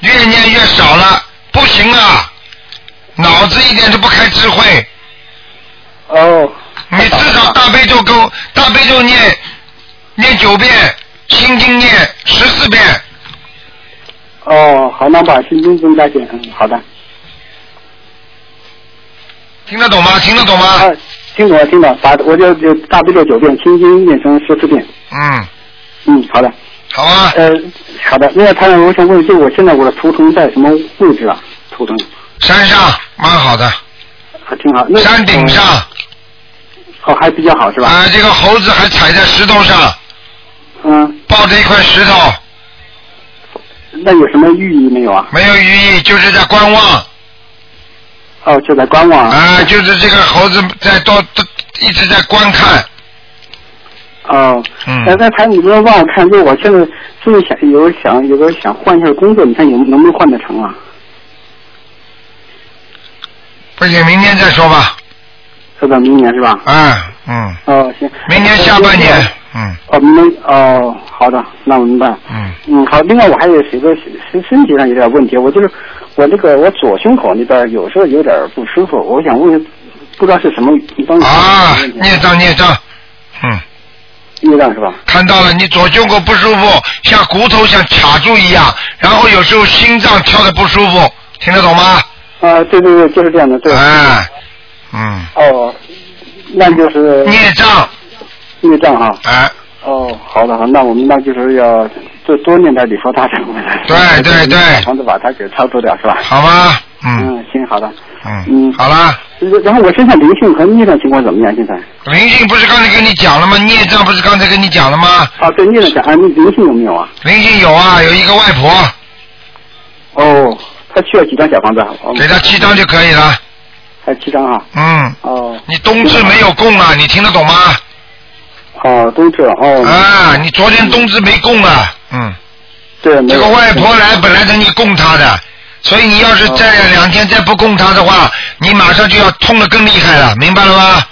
越念越少了，不行啊！脑子一点都不开智慧。
哦。
你至少大悲咒够，大悲咒念念九遍，心经念十四遍，
哦，好，那把心经增加点，嗯，好的。
听得懂吗？听得懂吗？
啊，听懂了，听懂了，把我就就大悲咒九遍，心经念成十四遍。
嗯。
嗯，好的。
好啊。
呃，好的。那个他，我想问，就我现在我的图腾在什么位置啊？图腾
山上蛮好的。
还挺好。那
山顶上。
哦，还比较好是吧？
啊，这个猴子还踩在石头上。
嗯。
抱着一块石头，
那有什么寓意没有啊？
没有寓意，就是在观望。
哦，就在观望。
啊，就是这个猴子在到到一直在观看。
哦，
嗯
哎，那台你不要帮我看，就是我现在就是想有想有个想换一下工作，你看有能不能换得成啊？
不行，明天再说吧。
说到明年是吧？
嗯嗯。
哦，行。
明年下半年。嗯。
哦，明年哦，好的，那我明白。
嗯。
嗯，好。另外，我还有一个身身体上有点问题，我就是我这个我左胸口那边有时候有点不舒服，我想问，不知道是什么，你帮我
啊，孽障孽障，嗯。
月亮是吧？
看到了，你左胸口不舒服，像骨头像卡住一样，然后有时候心脏跳的不舒服，听得懂吗？
啊，对对对，就是这样的，对。
哎，嗯。
哦，那就是
孽障。
孽障哈。
哎。
哦，好的好，那我们那就是要就多念点礼佛大忏悔文。
对
[LAUGHS]
对对
把房子把它给操作掉是吧？
好吗？嗯
嗯，行，好的。
嗯，
嗯，
好啦。
然后我身上灵性和孽障情况怎么样？现在？
灵性不是刚才跟你讲了吗？孽障不是刚才跟你讲了吗？
啊，对，孽障讲啊，你灵性有没有啊？
灵性有啊，有一个外婆，
哦，他需要几张小房子啊？哦
给他七张就可以了。
还有七张啊？
嗯。
哦。
你冬至没有供啊？你听得懂吗？
哦，冬至哦。
啊，你昨天冬至没供啊？嗯。
对，没
这
有
个外婆来本来等你供她的，所以你要
哦
是再两天再不供她的话，你马上就要痛的更厉害了，明白了吗？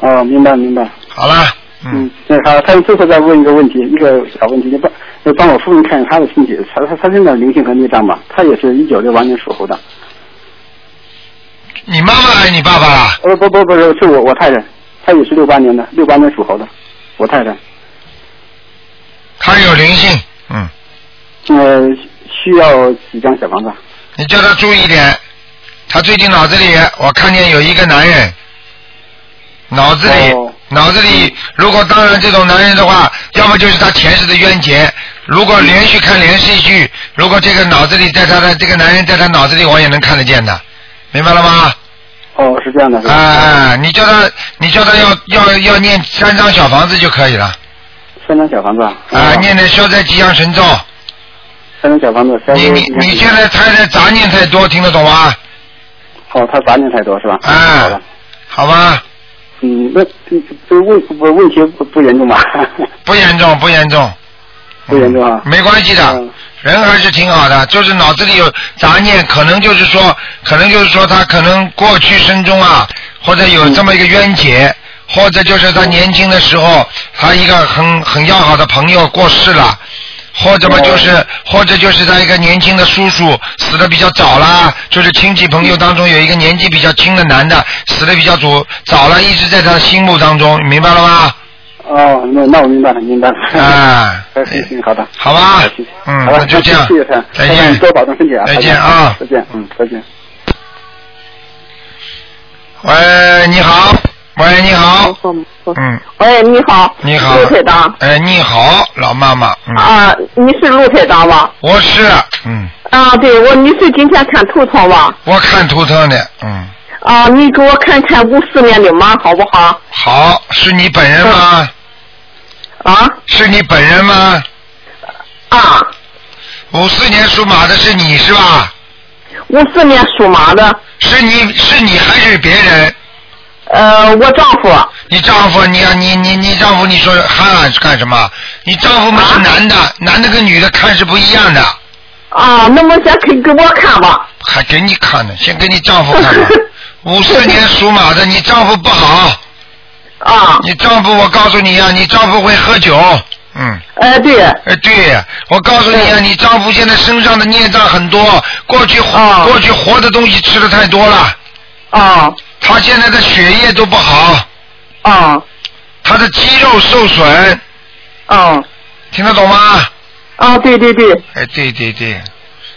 哦，明白明白。
好了，
嗯，那好，他最后再问一个问题，一个小问题，就帮就帮我父亲看看他的身体，他他他现在灵性和孽障吧，他也是一九六八年属猴的。
你妈妈还是你爸爸啦？
呃，不不不是，是我我太太，她也是六八年的，六八年属猴的，我太太。
她有灵性，嗯。
呃，需要几张小房子？啊
你叫她注意一点，她最近脑子里我看见有一个男人，脑子里、
哦
脑子
嗯
里，如果当然这种男人的话，要么就是他前世的冤结。如果连续看连续剧，如果这个脑子里在他的这个男人在他脑子里，我也能看得见的，明白了吗？
哦，是这样的，是吧？
啊，你叫他，你叫他要要要念三张小房子就可以了。
三张小房子啊。
啊，念的消灾吉祥神咒。
三张小房子，三
你你你现在太太杂念太多，听得懂吗？
哦，他杂念太多是吧？
啊，好吧，
嗯，那这这问不问题不不严重吧？ [LAUGHS]
不严重，不严重，
不严重啊。
嗯没关系的。人还是挺好的，就是脑子里有杂念，可能就是说，可能就是说他可能过去生中啊，或者
嗯
有这么一个冤结，或者就是他年轻的时候，他一个很很要好的朋友过世了，或者
哦
嘛就是，或者就是他一个年轻的叔叔死的比较早啦，就是亲戚朋友当中有一个年纪比较轻的男的死的比较早早了，一直在他的心目当中，你明白了吗？
哦，那那我明白了，明白了。
啊，
行行，好的，
好吧，嗯，
好吧
那，就这样
谢谢他，，
再
台
见
长，多保重身体啊，
再见啊
再见，嗯，再见。
喂，你好，喂，你好，嗯，
喂，你好。
你好
陆台长。
哎，你好，老妈妈，嗯，
啊、你是陆台长吧？
我是，嗯，
啊，对，我你是今天看头疼吧？
我看图腾的，嗯，
啊，你给我看看五四年的马好不好？
好，是你本人吗？
啊？
是你本人吗？
啊。
五四年属马的是你是吧？
五四年属马的。
是你是你还是别人？
呃，我丈夫。
你丈夫，你啊，你你你丈夫，你说憨憨是干什么？你丈夫们是男的，男的跟女的看是不一样的。
啊，那么先给给我看吧。
还给你看呢，先给你丈夫看
[LAUGHS]
吧。五四年属马的，你丈夫不好。
啊。
你丈夫，我告诉你呀、啊你丈夫会喝酒。嗯。
哎，对。
哎，对，我告诉你呀、你丈夫现在身上的孽障很多，过去、过去活的东西吃的太多了。
啊。
他现在的血液都不好。
啊。
他的肌肉受损。
啊。
听得懂吗？
啊，对对对。
哎，对对对，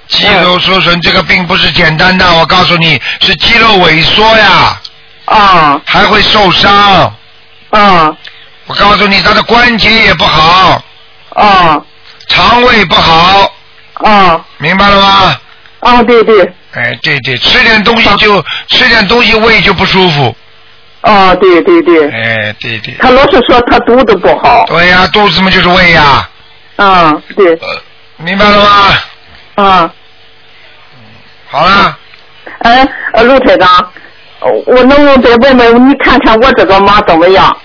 肌肉受损这个病不是简单的，我告诉你是肌肉萎缩呀。
啊。
还会受伤。
啊。
我告诉你，他的关节也不好。
啊。
肠胃不好。
啊。
明白了吗？
啊，对对。
哎，对对，吃点东西就吃点东西，胃就不舒服。
啊，对对对。
哎，对对。
他老是说他肚子不好。
对呀、肚子嘛就是胃呀、呃
啊，对。
明白了吗？
啊。
好了。
呃
哎，呃，陆台长，
我能不能再问问你看看我这个妈怎么样？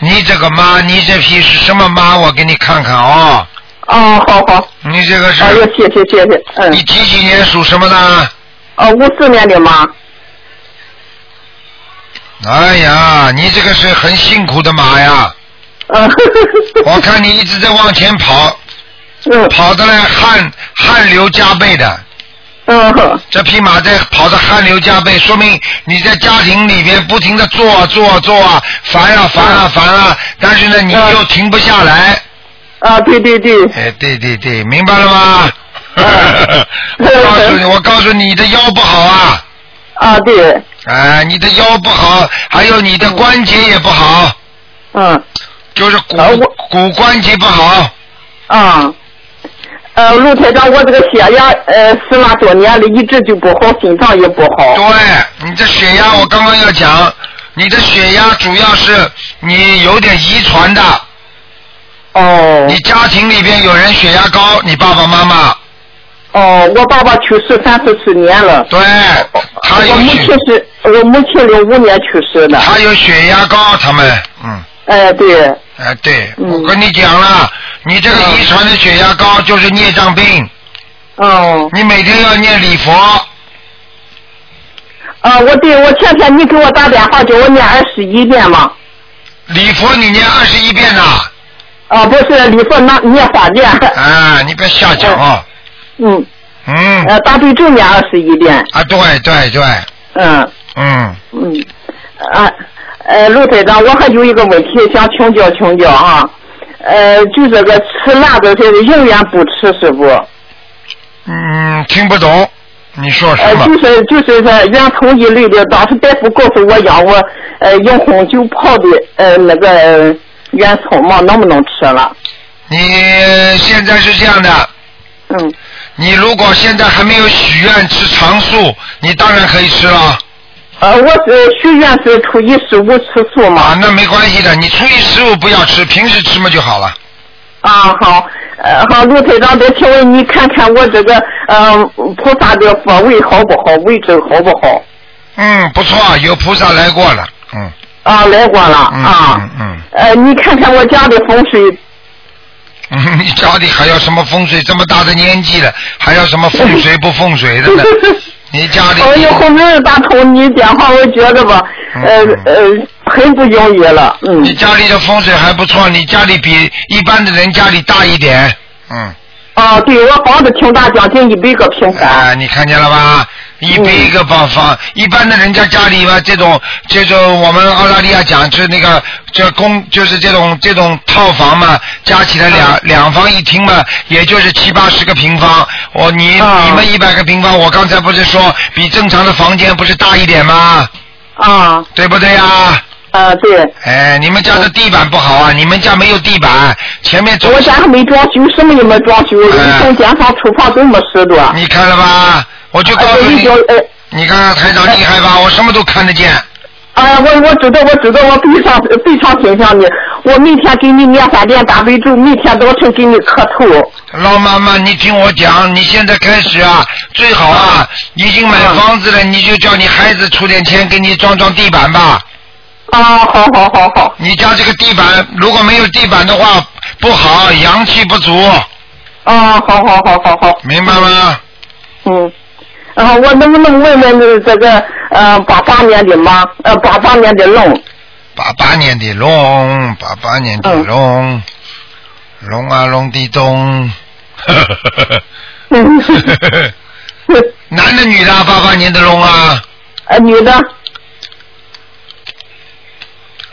你这个妈，你这匹是什么妈？我给你看看啊、
哦，好好。
你这个是？
哎呀，谢谢谢谢，嗯。
你几几年属什么的？
哦，五四年的妈。
哎呀，你这个是很辛苦的马呀。
哦 [LAUGHS]
我看你一直在往前跑，跑的嘞汗汗流浃背的。
嗯。
这匹马在跑的汗流浃背，说明你在家庭里边不停的做啊做啊做啊，烦啊烦啊烦啊，但是呢你又停不下来。
嗯啊，对对对。嗯
哎，对对对，明白了吗？ [LAUGHS] 我告
[LAUGHS]
诉你，我告诉你，你的腰不好啊。
啊，对。
哎，你的腰不好，还有你的关节也不好。
嗯。
就是骨、骨关节不好。
啊。呃，陆台长，我这个血压呃十那多年了，一直就不好，心脏也不好。
对，哎你这血压我刚刚要讲，你的血压主要是你有点遗传的。
哦。
你家庭里边有人血压高，你爸爸妈妈。
哦，我爸爸去世三十四年了。
对，他
我母亲是，我母亲零五年去世的。
他有血压高，他们，嗯。
哎，对。嗯
哎，对，我跟你讲了，你这个遗传的血压高就是孽障病。
哦。
你每天要念礼佛，
啊，我对我前天你给我打电话叫我念二十一遍嘛。
礼佛你念二十一遍呐、
啊，不是礼佛那念三遍。
啊，你别瞎讲啊。
嗯。
嗯。
呃，大悲咒念二十一遍。
啊，对对对，
嗯
嗯，
嗯，啊，呃，陆队长，我还有一个问题想请教请教哈、呃，就这个吃辣的，这个永远不吃，是不？
嗯，听不懂，你说什
呃，
么？
就是就是说圆头一类的，当时大夫告诉我让我呃用红酒泡的呃那个呃圆葱嘛，能不能吃了？
你现在是这样的。
嗯。
你如果现在还没有许愿吃长素，你当然可以吃了。
呃，我是许愿是初一十五吃素嘛。
啊，那没关系的，你初一十五不要吃，平时吃嘛就好了。
啊，好，呃，好，陆队长，再请问你看看我这个呃菩萨的佛位好不好，位置好不好？
嗯，不错，有菩萨来过了。嗯。
啊，来过了、啊。
嗯嗯。
呃，你看看我家的风水，
嗯， [LAUGHS] 你家里还要什么风水？这么大的年纪了，还要什么风水不风水的呢？你家里
哎呦，后面打通你电话，我觉得吧，
嗯
呃呃，很不容易了。 [LAUGHS] 嗯。
你家里的风水还不错，你家里比一般的人家里大一点。嗯。
啊，对，我房子挺大，将近一百个平方。嗯
啊，你看见了吧？一比一个方方，一般的人家家里吧，这种这种我们澳大利亚讲是那个这公就是这种这种套房嘛，加起来两、
啊
两房一厅嘛，也就是七八十个平方。我你、
啊
你们一百个平方，我刚才不是说比正常的房间不是大一点吗？
啊。
对不对呀、啊？
对。嗯
哎，你们家的地板不好啊！你们家没有地板，前面哎
我家还没装修，什么也没装修，一层间房、厨房都没啊拾掇。
你看了吧？我就告诉
哎
你，你看看台长厉害吧？我什么都看得见。
哎，我我知道，我知道，我非常非常欣赏你。我每天给你念三遍大悲咒，每天早晨给你磕头。
老妈妈，你听我讲，你现在开始啊，
嗯
最好啊，已经买房子了，你就叫你孩子出点钱给你装装地板吧。
啊，好好好好。
你家这个地板如果没有地板的话不好，阳气不足。
啊，好好好好好。
明白吗？
嗯。啊，我能不能问问你这个呃八八年的马，呃八八年的龙？
八八年的龙，八八年的
嗯
龙，龙啊龙的咚。
嗯
[LAUGHS] 男的女的啊？八八年的龙啊？
呃，女的。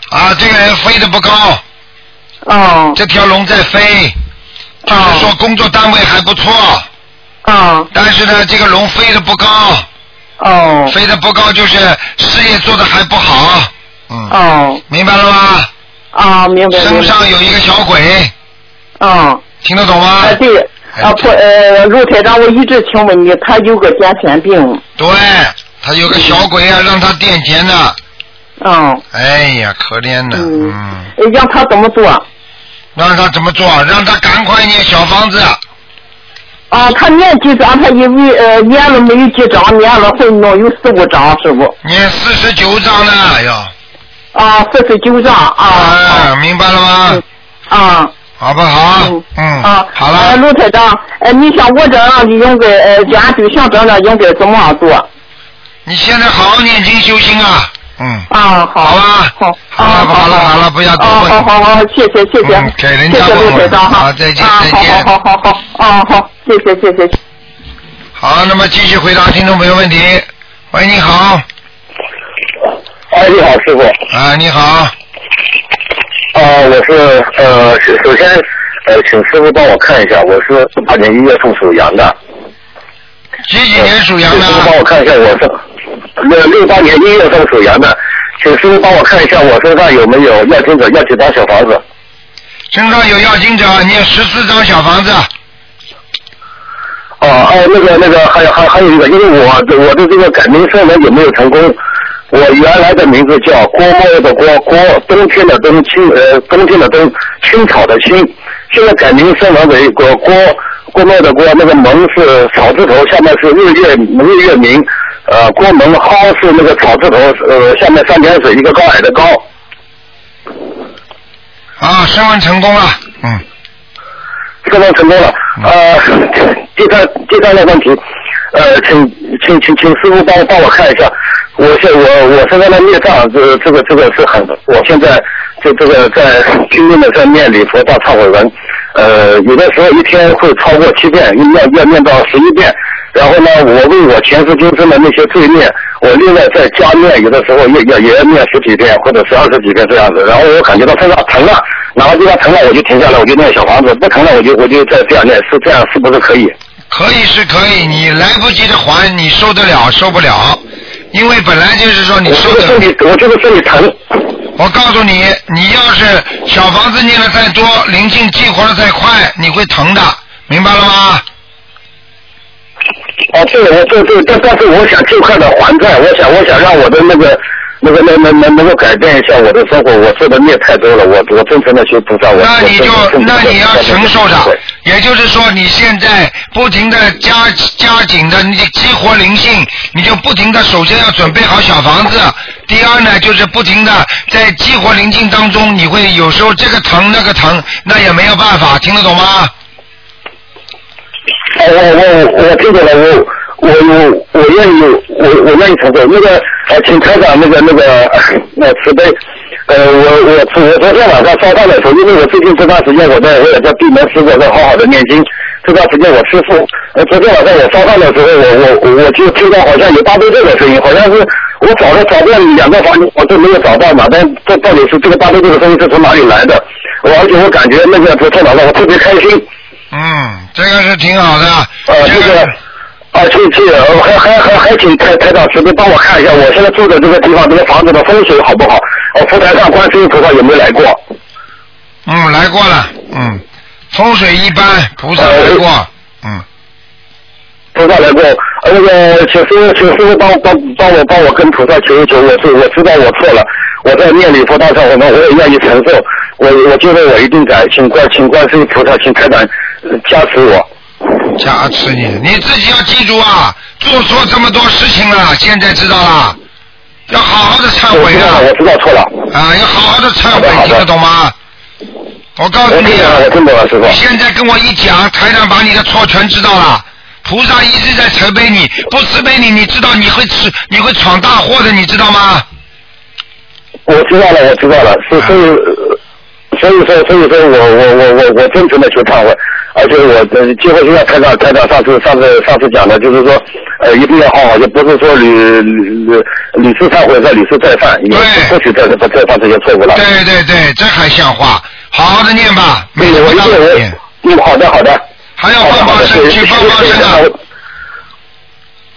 啊，这个人飞得不高。
哦。
这条龙在飞，就是说工作单位还不错。
哦。
但是呢，这个龙飞得不高。
哦。
飞得不高就是事业做得还不好，嗯。
哦。
明白了吗？
啊，明白。
身上有一个小鬼。
嗯
啊。
听得懂吗？
呃
啊，
哎
对，啊，不，呃，陆台长，我一直请问你，他有个癫痫病。
对，他有个小鬼啊，让他垫钱呢。
嗯。
哎呀，可怜呐，嗯。
呃让他怎么做？
让他怎么做？让他赶快念小房子。
啊，他念几张，他因为呃念了没有几张，念了会弄有四五张，师傅。
念四十九章呢，哎要。
啊，四十九章啊。
啊，明白了吗？
啊。
好不好？嗯。
啊，
好了。
呃，陆台长，呃，你想我这样的应该呃，家对象这样的应该怎么样做？
你现在好好念经修心啊。嗯。
啊，好。
好吧。
好。
啊
好了，好了，好了，不要多问。
好好好，谢谢谢谢，
嗯给人
谢
家
谢陆
问
台
问。
长
好，
哈。
再见，
啊
再，
好
见。
好好好好，啊好，谢谢谢谢。
好，那么继续回答听众朋友问题。喂，你好。
哎，你好，师傅。
啊，你好。
呃，我是呃，是首先呃，请师傅帮我看一下，我是八年一月份属羊的。
几几年属啊
羊的？请师傅帮我看一下我是六六八年一月份属羊的，请师傅帮我看一下我身上有没有要经者要几张小房子？
身上有要经者，念十四张小房子。
哦、哦，那个那个，还有还有还有一个，因为我我的这个改名声纹有没有成功？我原来的名字叫郭沫的郭郭，冬天的冬，青呃冬天的冬，青草的青。现在改名声纹为郭郭郭沫的郭，那个蒙是草字头，下面是日月日月明，呃郭蒙蒿是那个草字头，呃下面三点水一个高矮的高。
啊，升温成功了，嗯。
这个成功了。呃， [COUGHS] 第三第三个问题，呃，请请请请师傅帮我帮我看一下，我现我我身上的孽障，这个这个这个是很，我现在就这个在拼命的在念礼佛大忏悔文，呃，有的时候一天会超过七遍，要要念到十一遍。然后呢，我为我前世今生的那些罪孽，我另外再加念，有的时候也也也要念十几遍或者是二十几遍这样子。然后我感觉到身上疼了，哪个地方疼了我就停下来，我就念小房子；不疼了我就我就再这样念，是这样是不是可以？
可以是可以，你来不及的还，你受得了受不了？因为本来就是说你受得
我这个身体疼。
我告诉你，你要是小房子念的再多，灵性激活的再快，你会疼的，明白了吗？
哦，这个我这这但但是我想尽快的还债，我想我想让我的那个那个能能能能够改变一下我的生活，我做的孽太多了，我我真诚的去菩萨，我
那你就
我真诚地
那你要
去
承受
对
着，也就是说你现在不停的加加紧的，你激活灵性，你就不停的首先要准备好小房子，第二呢就是不停的在激活灵性当中，你会有时候这个疼那个疼，那也没有办法，听得懂吗？
哎，我我我听懂了，我我我我愿意，我我愿意承受。那个呃，请台长那个那个 [LAUGHS] 呃慈悲，呃，我我昨我昨天晚上烧饭的时候，因为我最近这段时间我在我也在闭门思过，在好好的念经。这段时间我吃素，呃，昨天晚上我烧饭的时候，我我我就听到好像有大悲咒的声音，好像是我找了找遍两个房间，我都没有找到哪边，这到底是这个大悲咒的声音是从哪里来的？我而且我感觉那个昨天晚上我特别开心。
嗯，这个是挺好的。
呃，这个啊，去去，呃还还还还请台台长慈悲帮我看一下，我现在住的这个地方，这个房子的风水好不好？呃，佛台上观世音菩萨有没有来过？
嗯，来过了，嗯，风水一般，菩萨来过。
菩萨来过，呃，那个请师傅，请师傅帮帮帮我帮我跟菩萨求一求，我是我知道我错了，我在念礼佛大忏悔文，我也愿意承受，我我觉得我一定改，请观请观世音菩萨，请台长呃加持我。
加持你，你自己要记住啊！做错这么多事情了，现在知道了，要好好的忏悔啊！
我知道错了。
啊，要好好的忏悔，听得懂吗？我告诉
我
你
听懂
啊
了我听懂了师，傅
你现在跟我一讲，台长把你的错全知道了。菩萨一直在慈悲你，不慈悲你，你知道你会吃，你会闯大祸的，你知道吗？
我知道了，我知道了，是所以，呃所以说，所以说我我我我我真诚的去忏悔，而且我呃，结合就像台长台长上次上次上次讲的，就是说，呃，一定要好好，就不是说屡屡屡次忏悔再屡次再犯，也不许再再再犯这些错误了。
对对对，这还像话？好好的念吧，没什
我
么
一
大
定
问题。
我，嗯，好的好的。
还要
放放生，去放放生啊。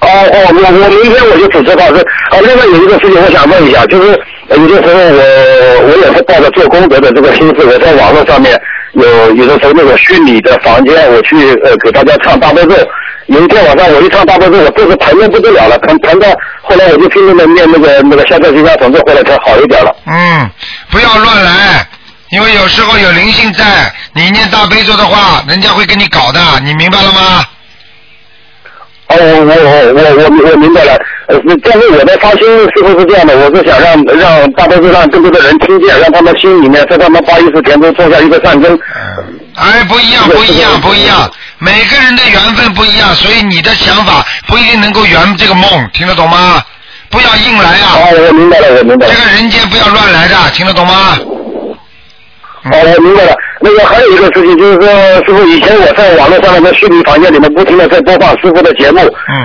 哦哦，我我明天我就只知道是啊。另外有一个事情我想问一下，就是呃有的时候我我也是抱着做功德的这个心思，我在网络上面有有的时候那种虚拟的房间，我去呃给大家唱大悲咒。有一天晚上我一唱大悲咒，我肚子疼的不得了了，疼疼到后来我就拼命的念那个那个消灾吉祥神咒，后来才好一点了。
嗯，不要乱来，因为有时候有灵性在，你念大悲咒的话，人家会跟你搞的，你明白了吗？
哦，我我我我我我明白了，呃，但是我的发心是不是这样的？我是想让让大多数让更多的人听见，让他们心里面在他们八一四田中种下一个善根。
哎，不一样，不一样，不一样，每个人的缘分不一样，所以你的想法不一定能够圆这个梦，听得懂吗？不要硬来啊！
哦，我明白了，我明白了。
这个人间不要乱来的，听得懂吗？
哦，我明白了。那个还有一个事情就是说，师傅以前我在网络上面的虚拟房间里面不停的在播放师傅的节目，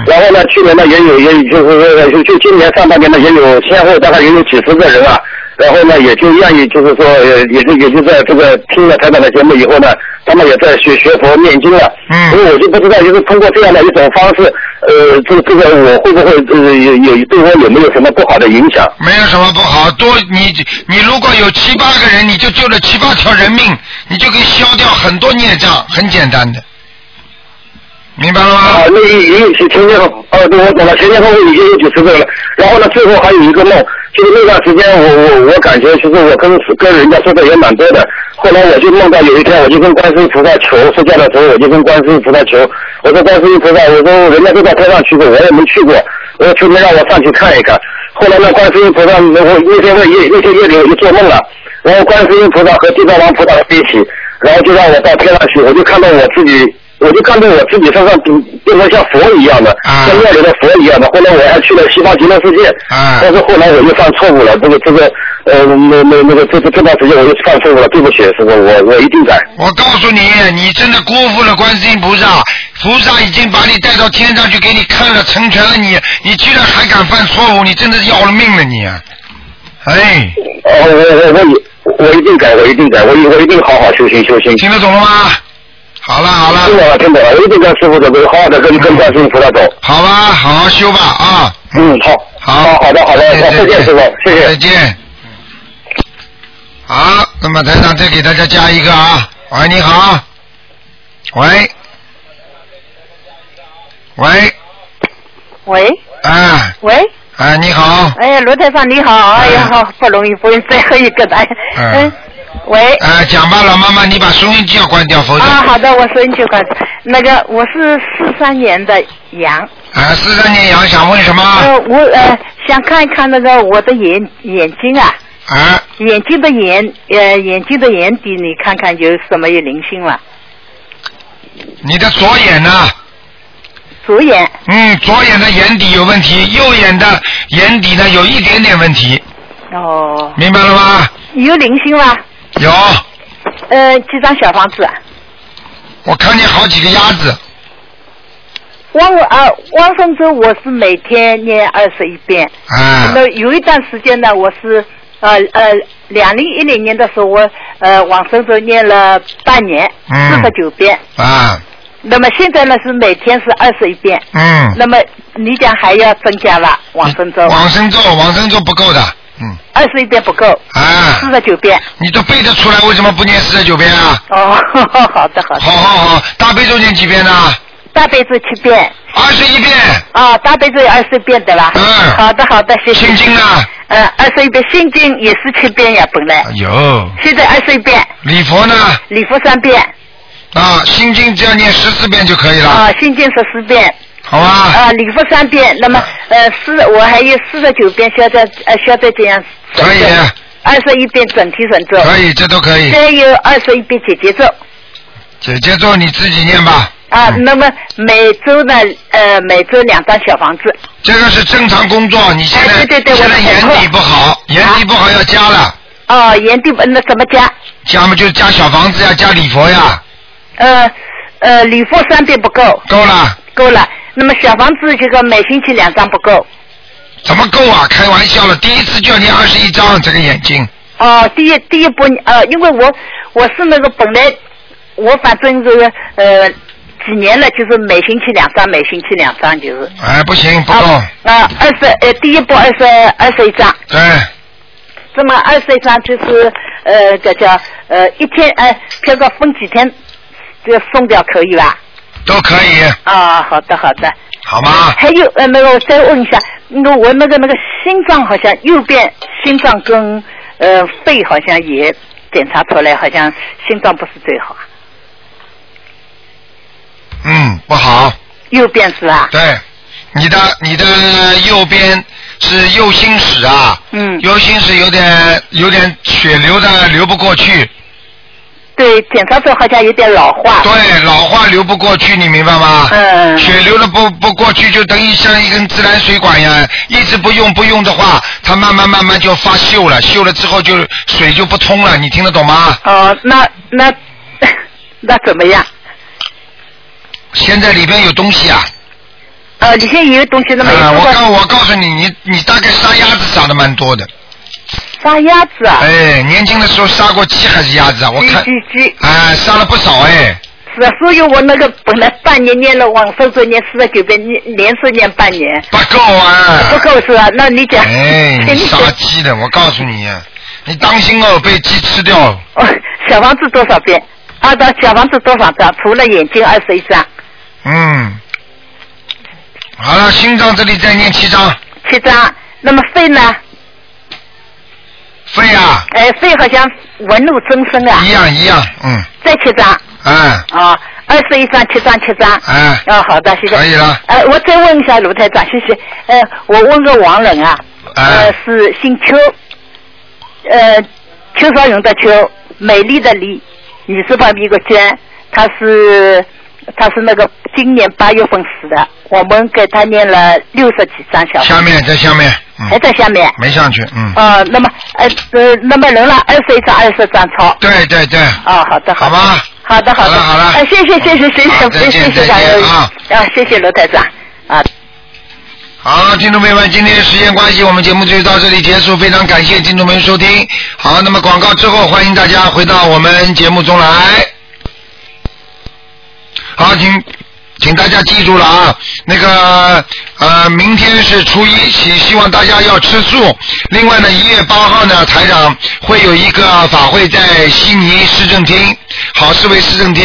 然后呢，去年呢也有也有就是说就就今年上半年呢也有先后大概也有几十个人啊，然后呢也就愿意就是说呃也就也就在这个听了台长的节目以后呢，他们也在学学佛念经了，嗯，所以我就不知道就是通过这样的一种方式，呃，这这个我会不会呃有有对我有没有什么不好的影响？
没有什么不好，多你你如果有七八个人，你就救了七八条人命，你就可以消掉很多孽障，很简单的。明白了吗？
啊，那也也有前前天后，呃，对，我懂了，前前后后已经有几十个了。然后呢，最后还有一个梦，就是那段时间我我我感觉，其实我跟跟人家说的也蛮多的。后来我就梦到有一天，我就跟观世音菩萨求，睡觉的时候我就跟观世音菩萨求，我说观世音菩萨，我说人家都到天上去过，我也没去过，我说求你让我上去看一看。后来呢，观世音菩萨，我那天夜那天夜里我就做梦了，然后观世音菩萨和地藏王菩萨在一起，然后就让我到天上去，我就看到我自己我就看到我自己身上变变成像佛一样的，
啊
像庙里的佛一样的。后来我还去了西方极乐世界，
啊
但是后来我又犯错误了。这个这个呃，那那那个这这这段时间我又犯错误了，对不起，师傅，我我一定改。
我告诉你，你真的辜负了观世音菩萨，菩萨已经把你带到天上去给你看了，成全了你，你居然还敢犯错误，你真的是要了命了你！哎，
哦，我我我一我一定改，我一定改，我一我一定好好修行修行。
听得懂了吗？好了好了，
听懂了听懂了，我一定跟师傅走，好好的跟跟观世音菩萨走。
好吧，好好修吧啊！
嗯，好，
好，
好的好的，好再见师傅，谢谢。
再见。好，那么台长再给大家加一个啊。喂，你好。喂。喂，
喂
啊
喂，
啊，你好。
哎呀，罗台长你好，哎呀，好不容易不容易 [LAUGHS] 再喝一个的，哎，
嗯。
喂。
啊，讲吧，老妈妈，你把收音机要关掉，否则
啊，好的，我收音机关。那个我是四三年的羊。
啊，四三年羊想问什么？
呃，我呃想看一看那个我的眼眼睛啊。
啊。
眼睛的眼呃眼睛的眼底，你看看有什么有灵性了？
你的左眼呢、
左眼。
嗯，左眼的眼底有问题，右眼的眼底呢有一点点问题，
哦。
明白了吗？
有灵性了？
有，
呃，几张小房子啊？
我看见好几个鸭子。
汪啊，汪峰州我是每天念二十一遍。
啊。
那有一段时间呢，我是呃呃，两零一零年的时候，我呃往生咒念了半年，
嗯
四十九遍。
啊，
那么现在呢是每天是二十一遍。
嗯，
那么你讲还要增加了往生咒？
往生咒，往生咒不够的，
二十一遍不够。
啊。
四十九遍。
你都背得出来，为什么不念四十九遍啊？
哦， [LAUGHS] 好的好的。
好好好，大悲咒念几遍呢？
大悲咒七遍。
二十一遍。
啊，大悲咒有二十遍的啦。嗯。好的，好的，谢谢。心
经啊呢？
嗯，二十一遍，心经也是七遍呀，本来。
有。
现在二十一遍，
礼佛呢？
礼佛三遍。
啊，心经只要念十四遍就可以了。
啊，心经十四遍。
好啊。
啊，礼佛三遍，那么呃四，我还有四十九遍消灾呃消灾这样。
可以。啊
二十一遍整体神咒。
可以这都可以
再有二十一遍姐姐咒。
姐姐咒你自己念吧，
啊，
嗯
那么每周呢，呃，每周两张小房子。
这个是正常工作。你现在、
哎、对对对，
现在
我啊
眼底不好，眼底不好要加了，
哦，眼底不那怎么加？
加嘛就加小房子呀，加礼佛呀，
呃呃，礼佛三遍不够。
够了。
够了。那么小房子这个每星期两张不够。
怎么够啊？开玩笑了，第一次就要念二十一章，这个眼睛。
哦，第一第一波呃，因为我我是那个本来我反正这个呃几年了，就是每星期两张，每星期两张就是。
哎，不行，不够。
啊，二十呃，第一波二十二十一张，
对，
这么二十一张就是呃，这叫呃一天呃，譬如说分几天就送掉可以吧？
都可以。
啊，好的好的。
好吗？
还有呃，那个我再问一下，那个我那个那个心脏好像右边心脏跟呃肺好像也检查出来，好像心脏不是最好。
嗯，不好。
右边是吧？
对，你的
嗯
你的右边是右心室啊，
嗯，
右心室有点有点血流的流不过去，
对，检查之后好像有点老化。
对，老化流不过去，你明白吗？
嗯
血流的不不过去，就等于像一根自来水管一样，一直不用不用的话，它慢慢慢慢就发锈了，锈了之后就水就不通了，你听得懂吗？
哦，那 [LAUGHS] 那那怎么样？
现在里边有东西啊。
呃，里边也有东西，那么
啊，
也
我
不
告我告诉你，你你大概杀鸭子杀的蛮多的。
杀鸭子啊？
哎，年轻的时候杀过鸡还是鸭子啊？我看。
鸡鸡。
哎，杀了不少哎。
是啊，所以我那个本来半年念了往生咒念四十九遍，连连续念半年。
不够啊！
不够是吧？那你讲， [LAUGHS]
哎，你
你
杀鸡的，我告诉你，啊你当心哦，被鸡吃掉。
哦， [LAUGHS] 小房子多少遍？啊，的小房子多少张？除了眼睛二十一张，
嗯。好了，心脏这里再念七张，
七张。那么肺呢？
肺啊，
哎，肺好像纹路增生啊。
一样一样，嗯，
再七张。
哎，
啊，二十一张，七张，七张。
哎。
[LAUGHS] 哦，好的，谢谢。
可以了。
呃，我再问一下卢台长，谢谢。呃，我问个亡人啊，
哎
呃，是姓邱，呃，邱少云的邱，美丽的丽，女字旁一个娟，她是她是那个今年八月份死的，我们给她念了六十几张小。哎
下面在下面，嗯，
还在下面。
没上去，嗯，
呃，那么呃呃，那么人了二十一张，二十张钞。
对对对，
哦，好的，好的，好的，好的，好了，哎，谢谢，谢谢，谢
好
谢，
再
谢
见再
谢
见
感恩
啊，
啊，谢谢罗台长，啊，
好，听众朋友们，今天时间关系，我们节目就到这里结束。非常感谢听众朋友收听。好，那么广告之后，欢迎大家回到我们节目中来。好，请请大家记住了啊，那个呃，明天是初一，希希望大家要吃素。另外呢，一月八号呢，台长会有一个法会在悉尼市政厅，好市委市政厅。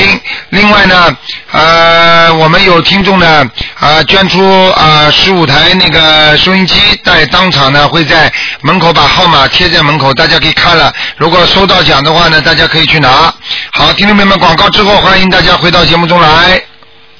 另外呢，呃，我们有听众呢，啊、捐出啊十五台那个收音机，在当场呢会在门口把号码贴在门口，大家可以看了。如果收到奖的话呢，大家可以去拿。好，听众朋友们，广告之后，欢迎大家回到节目中来。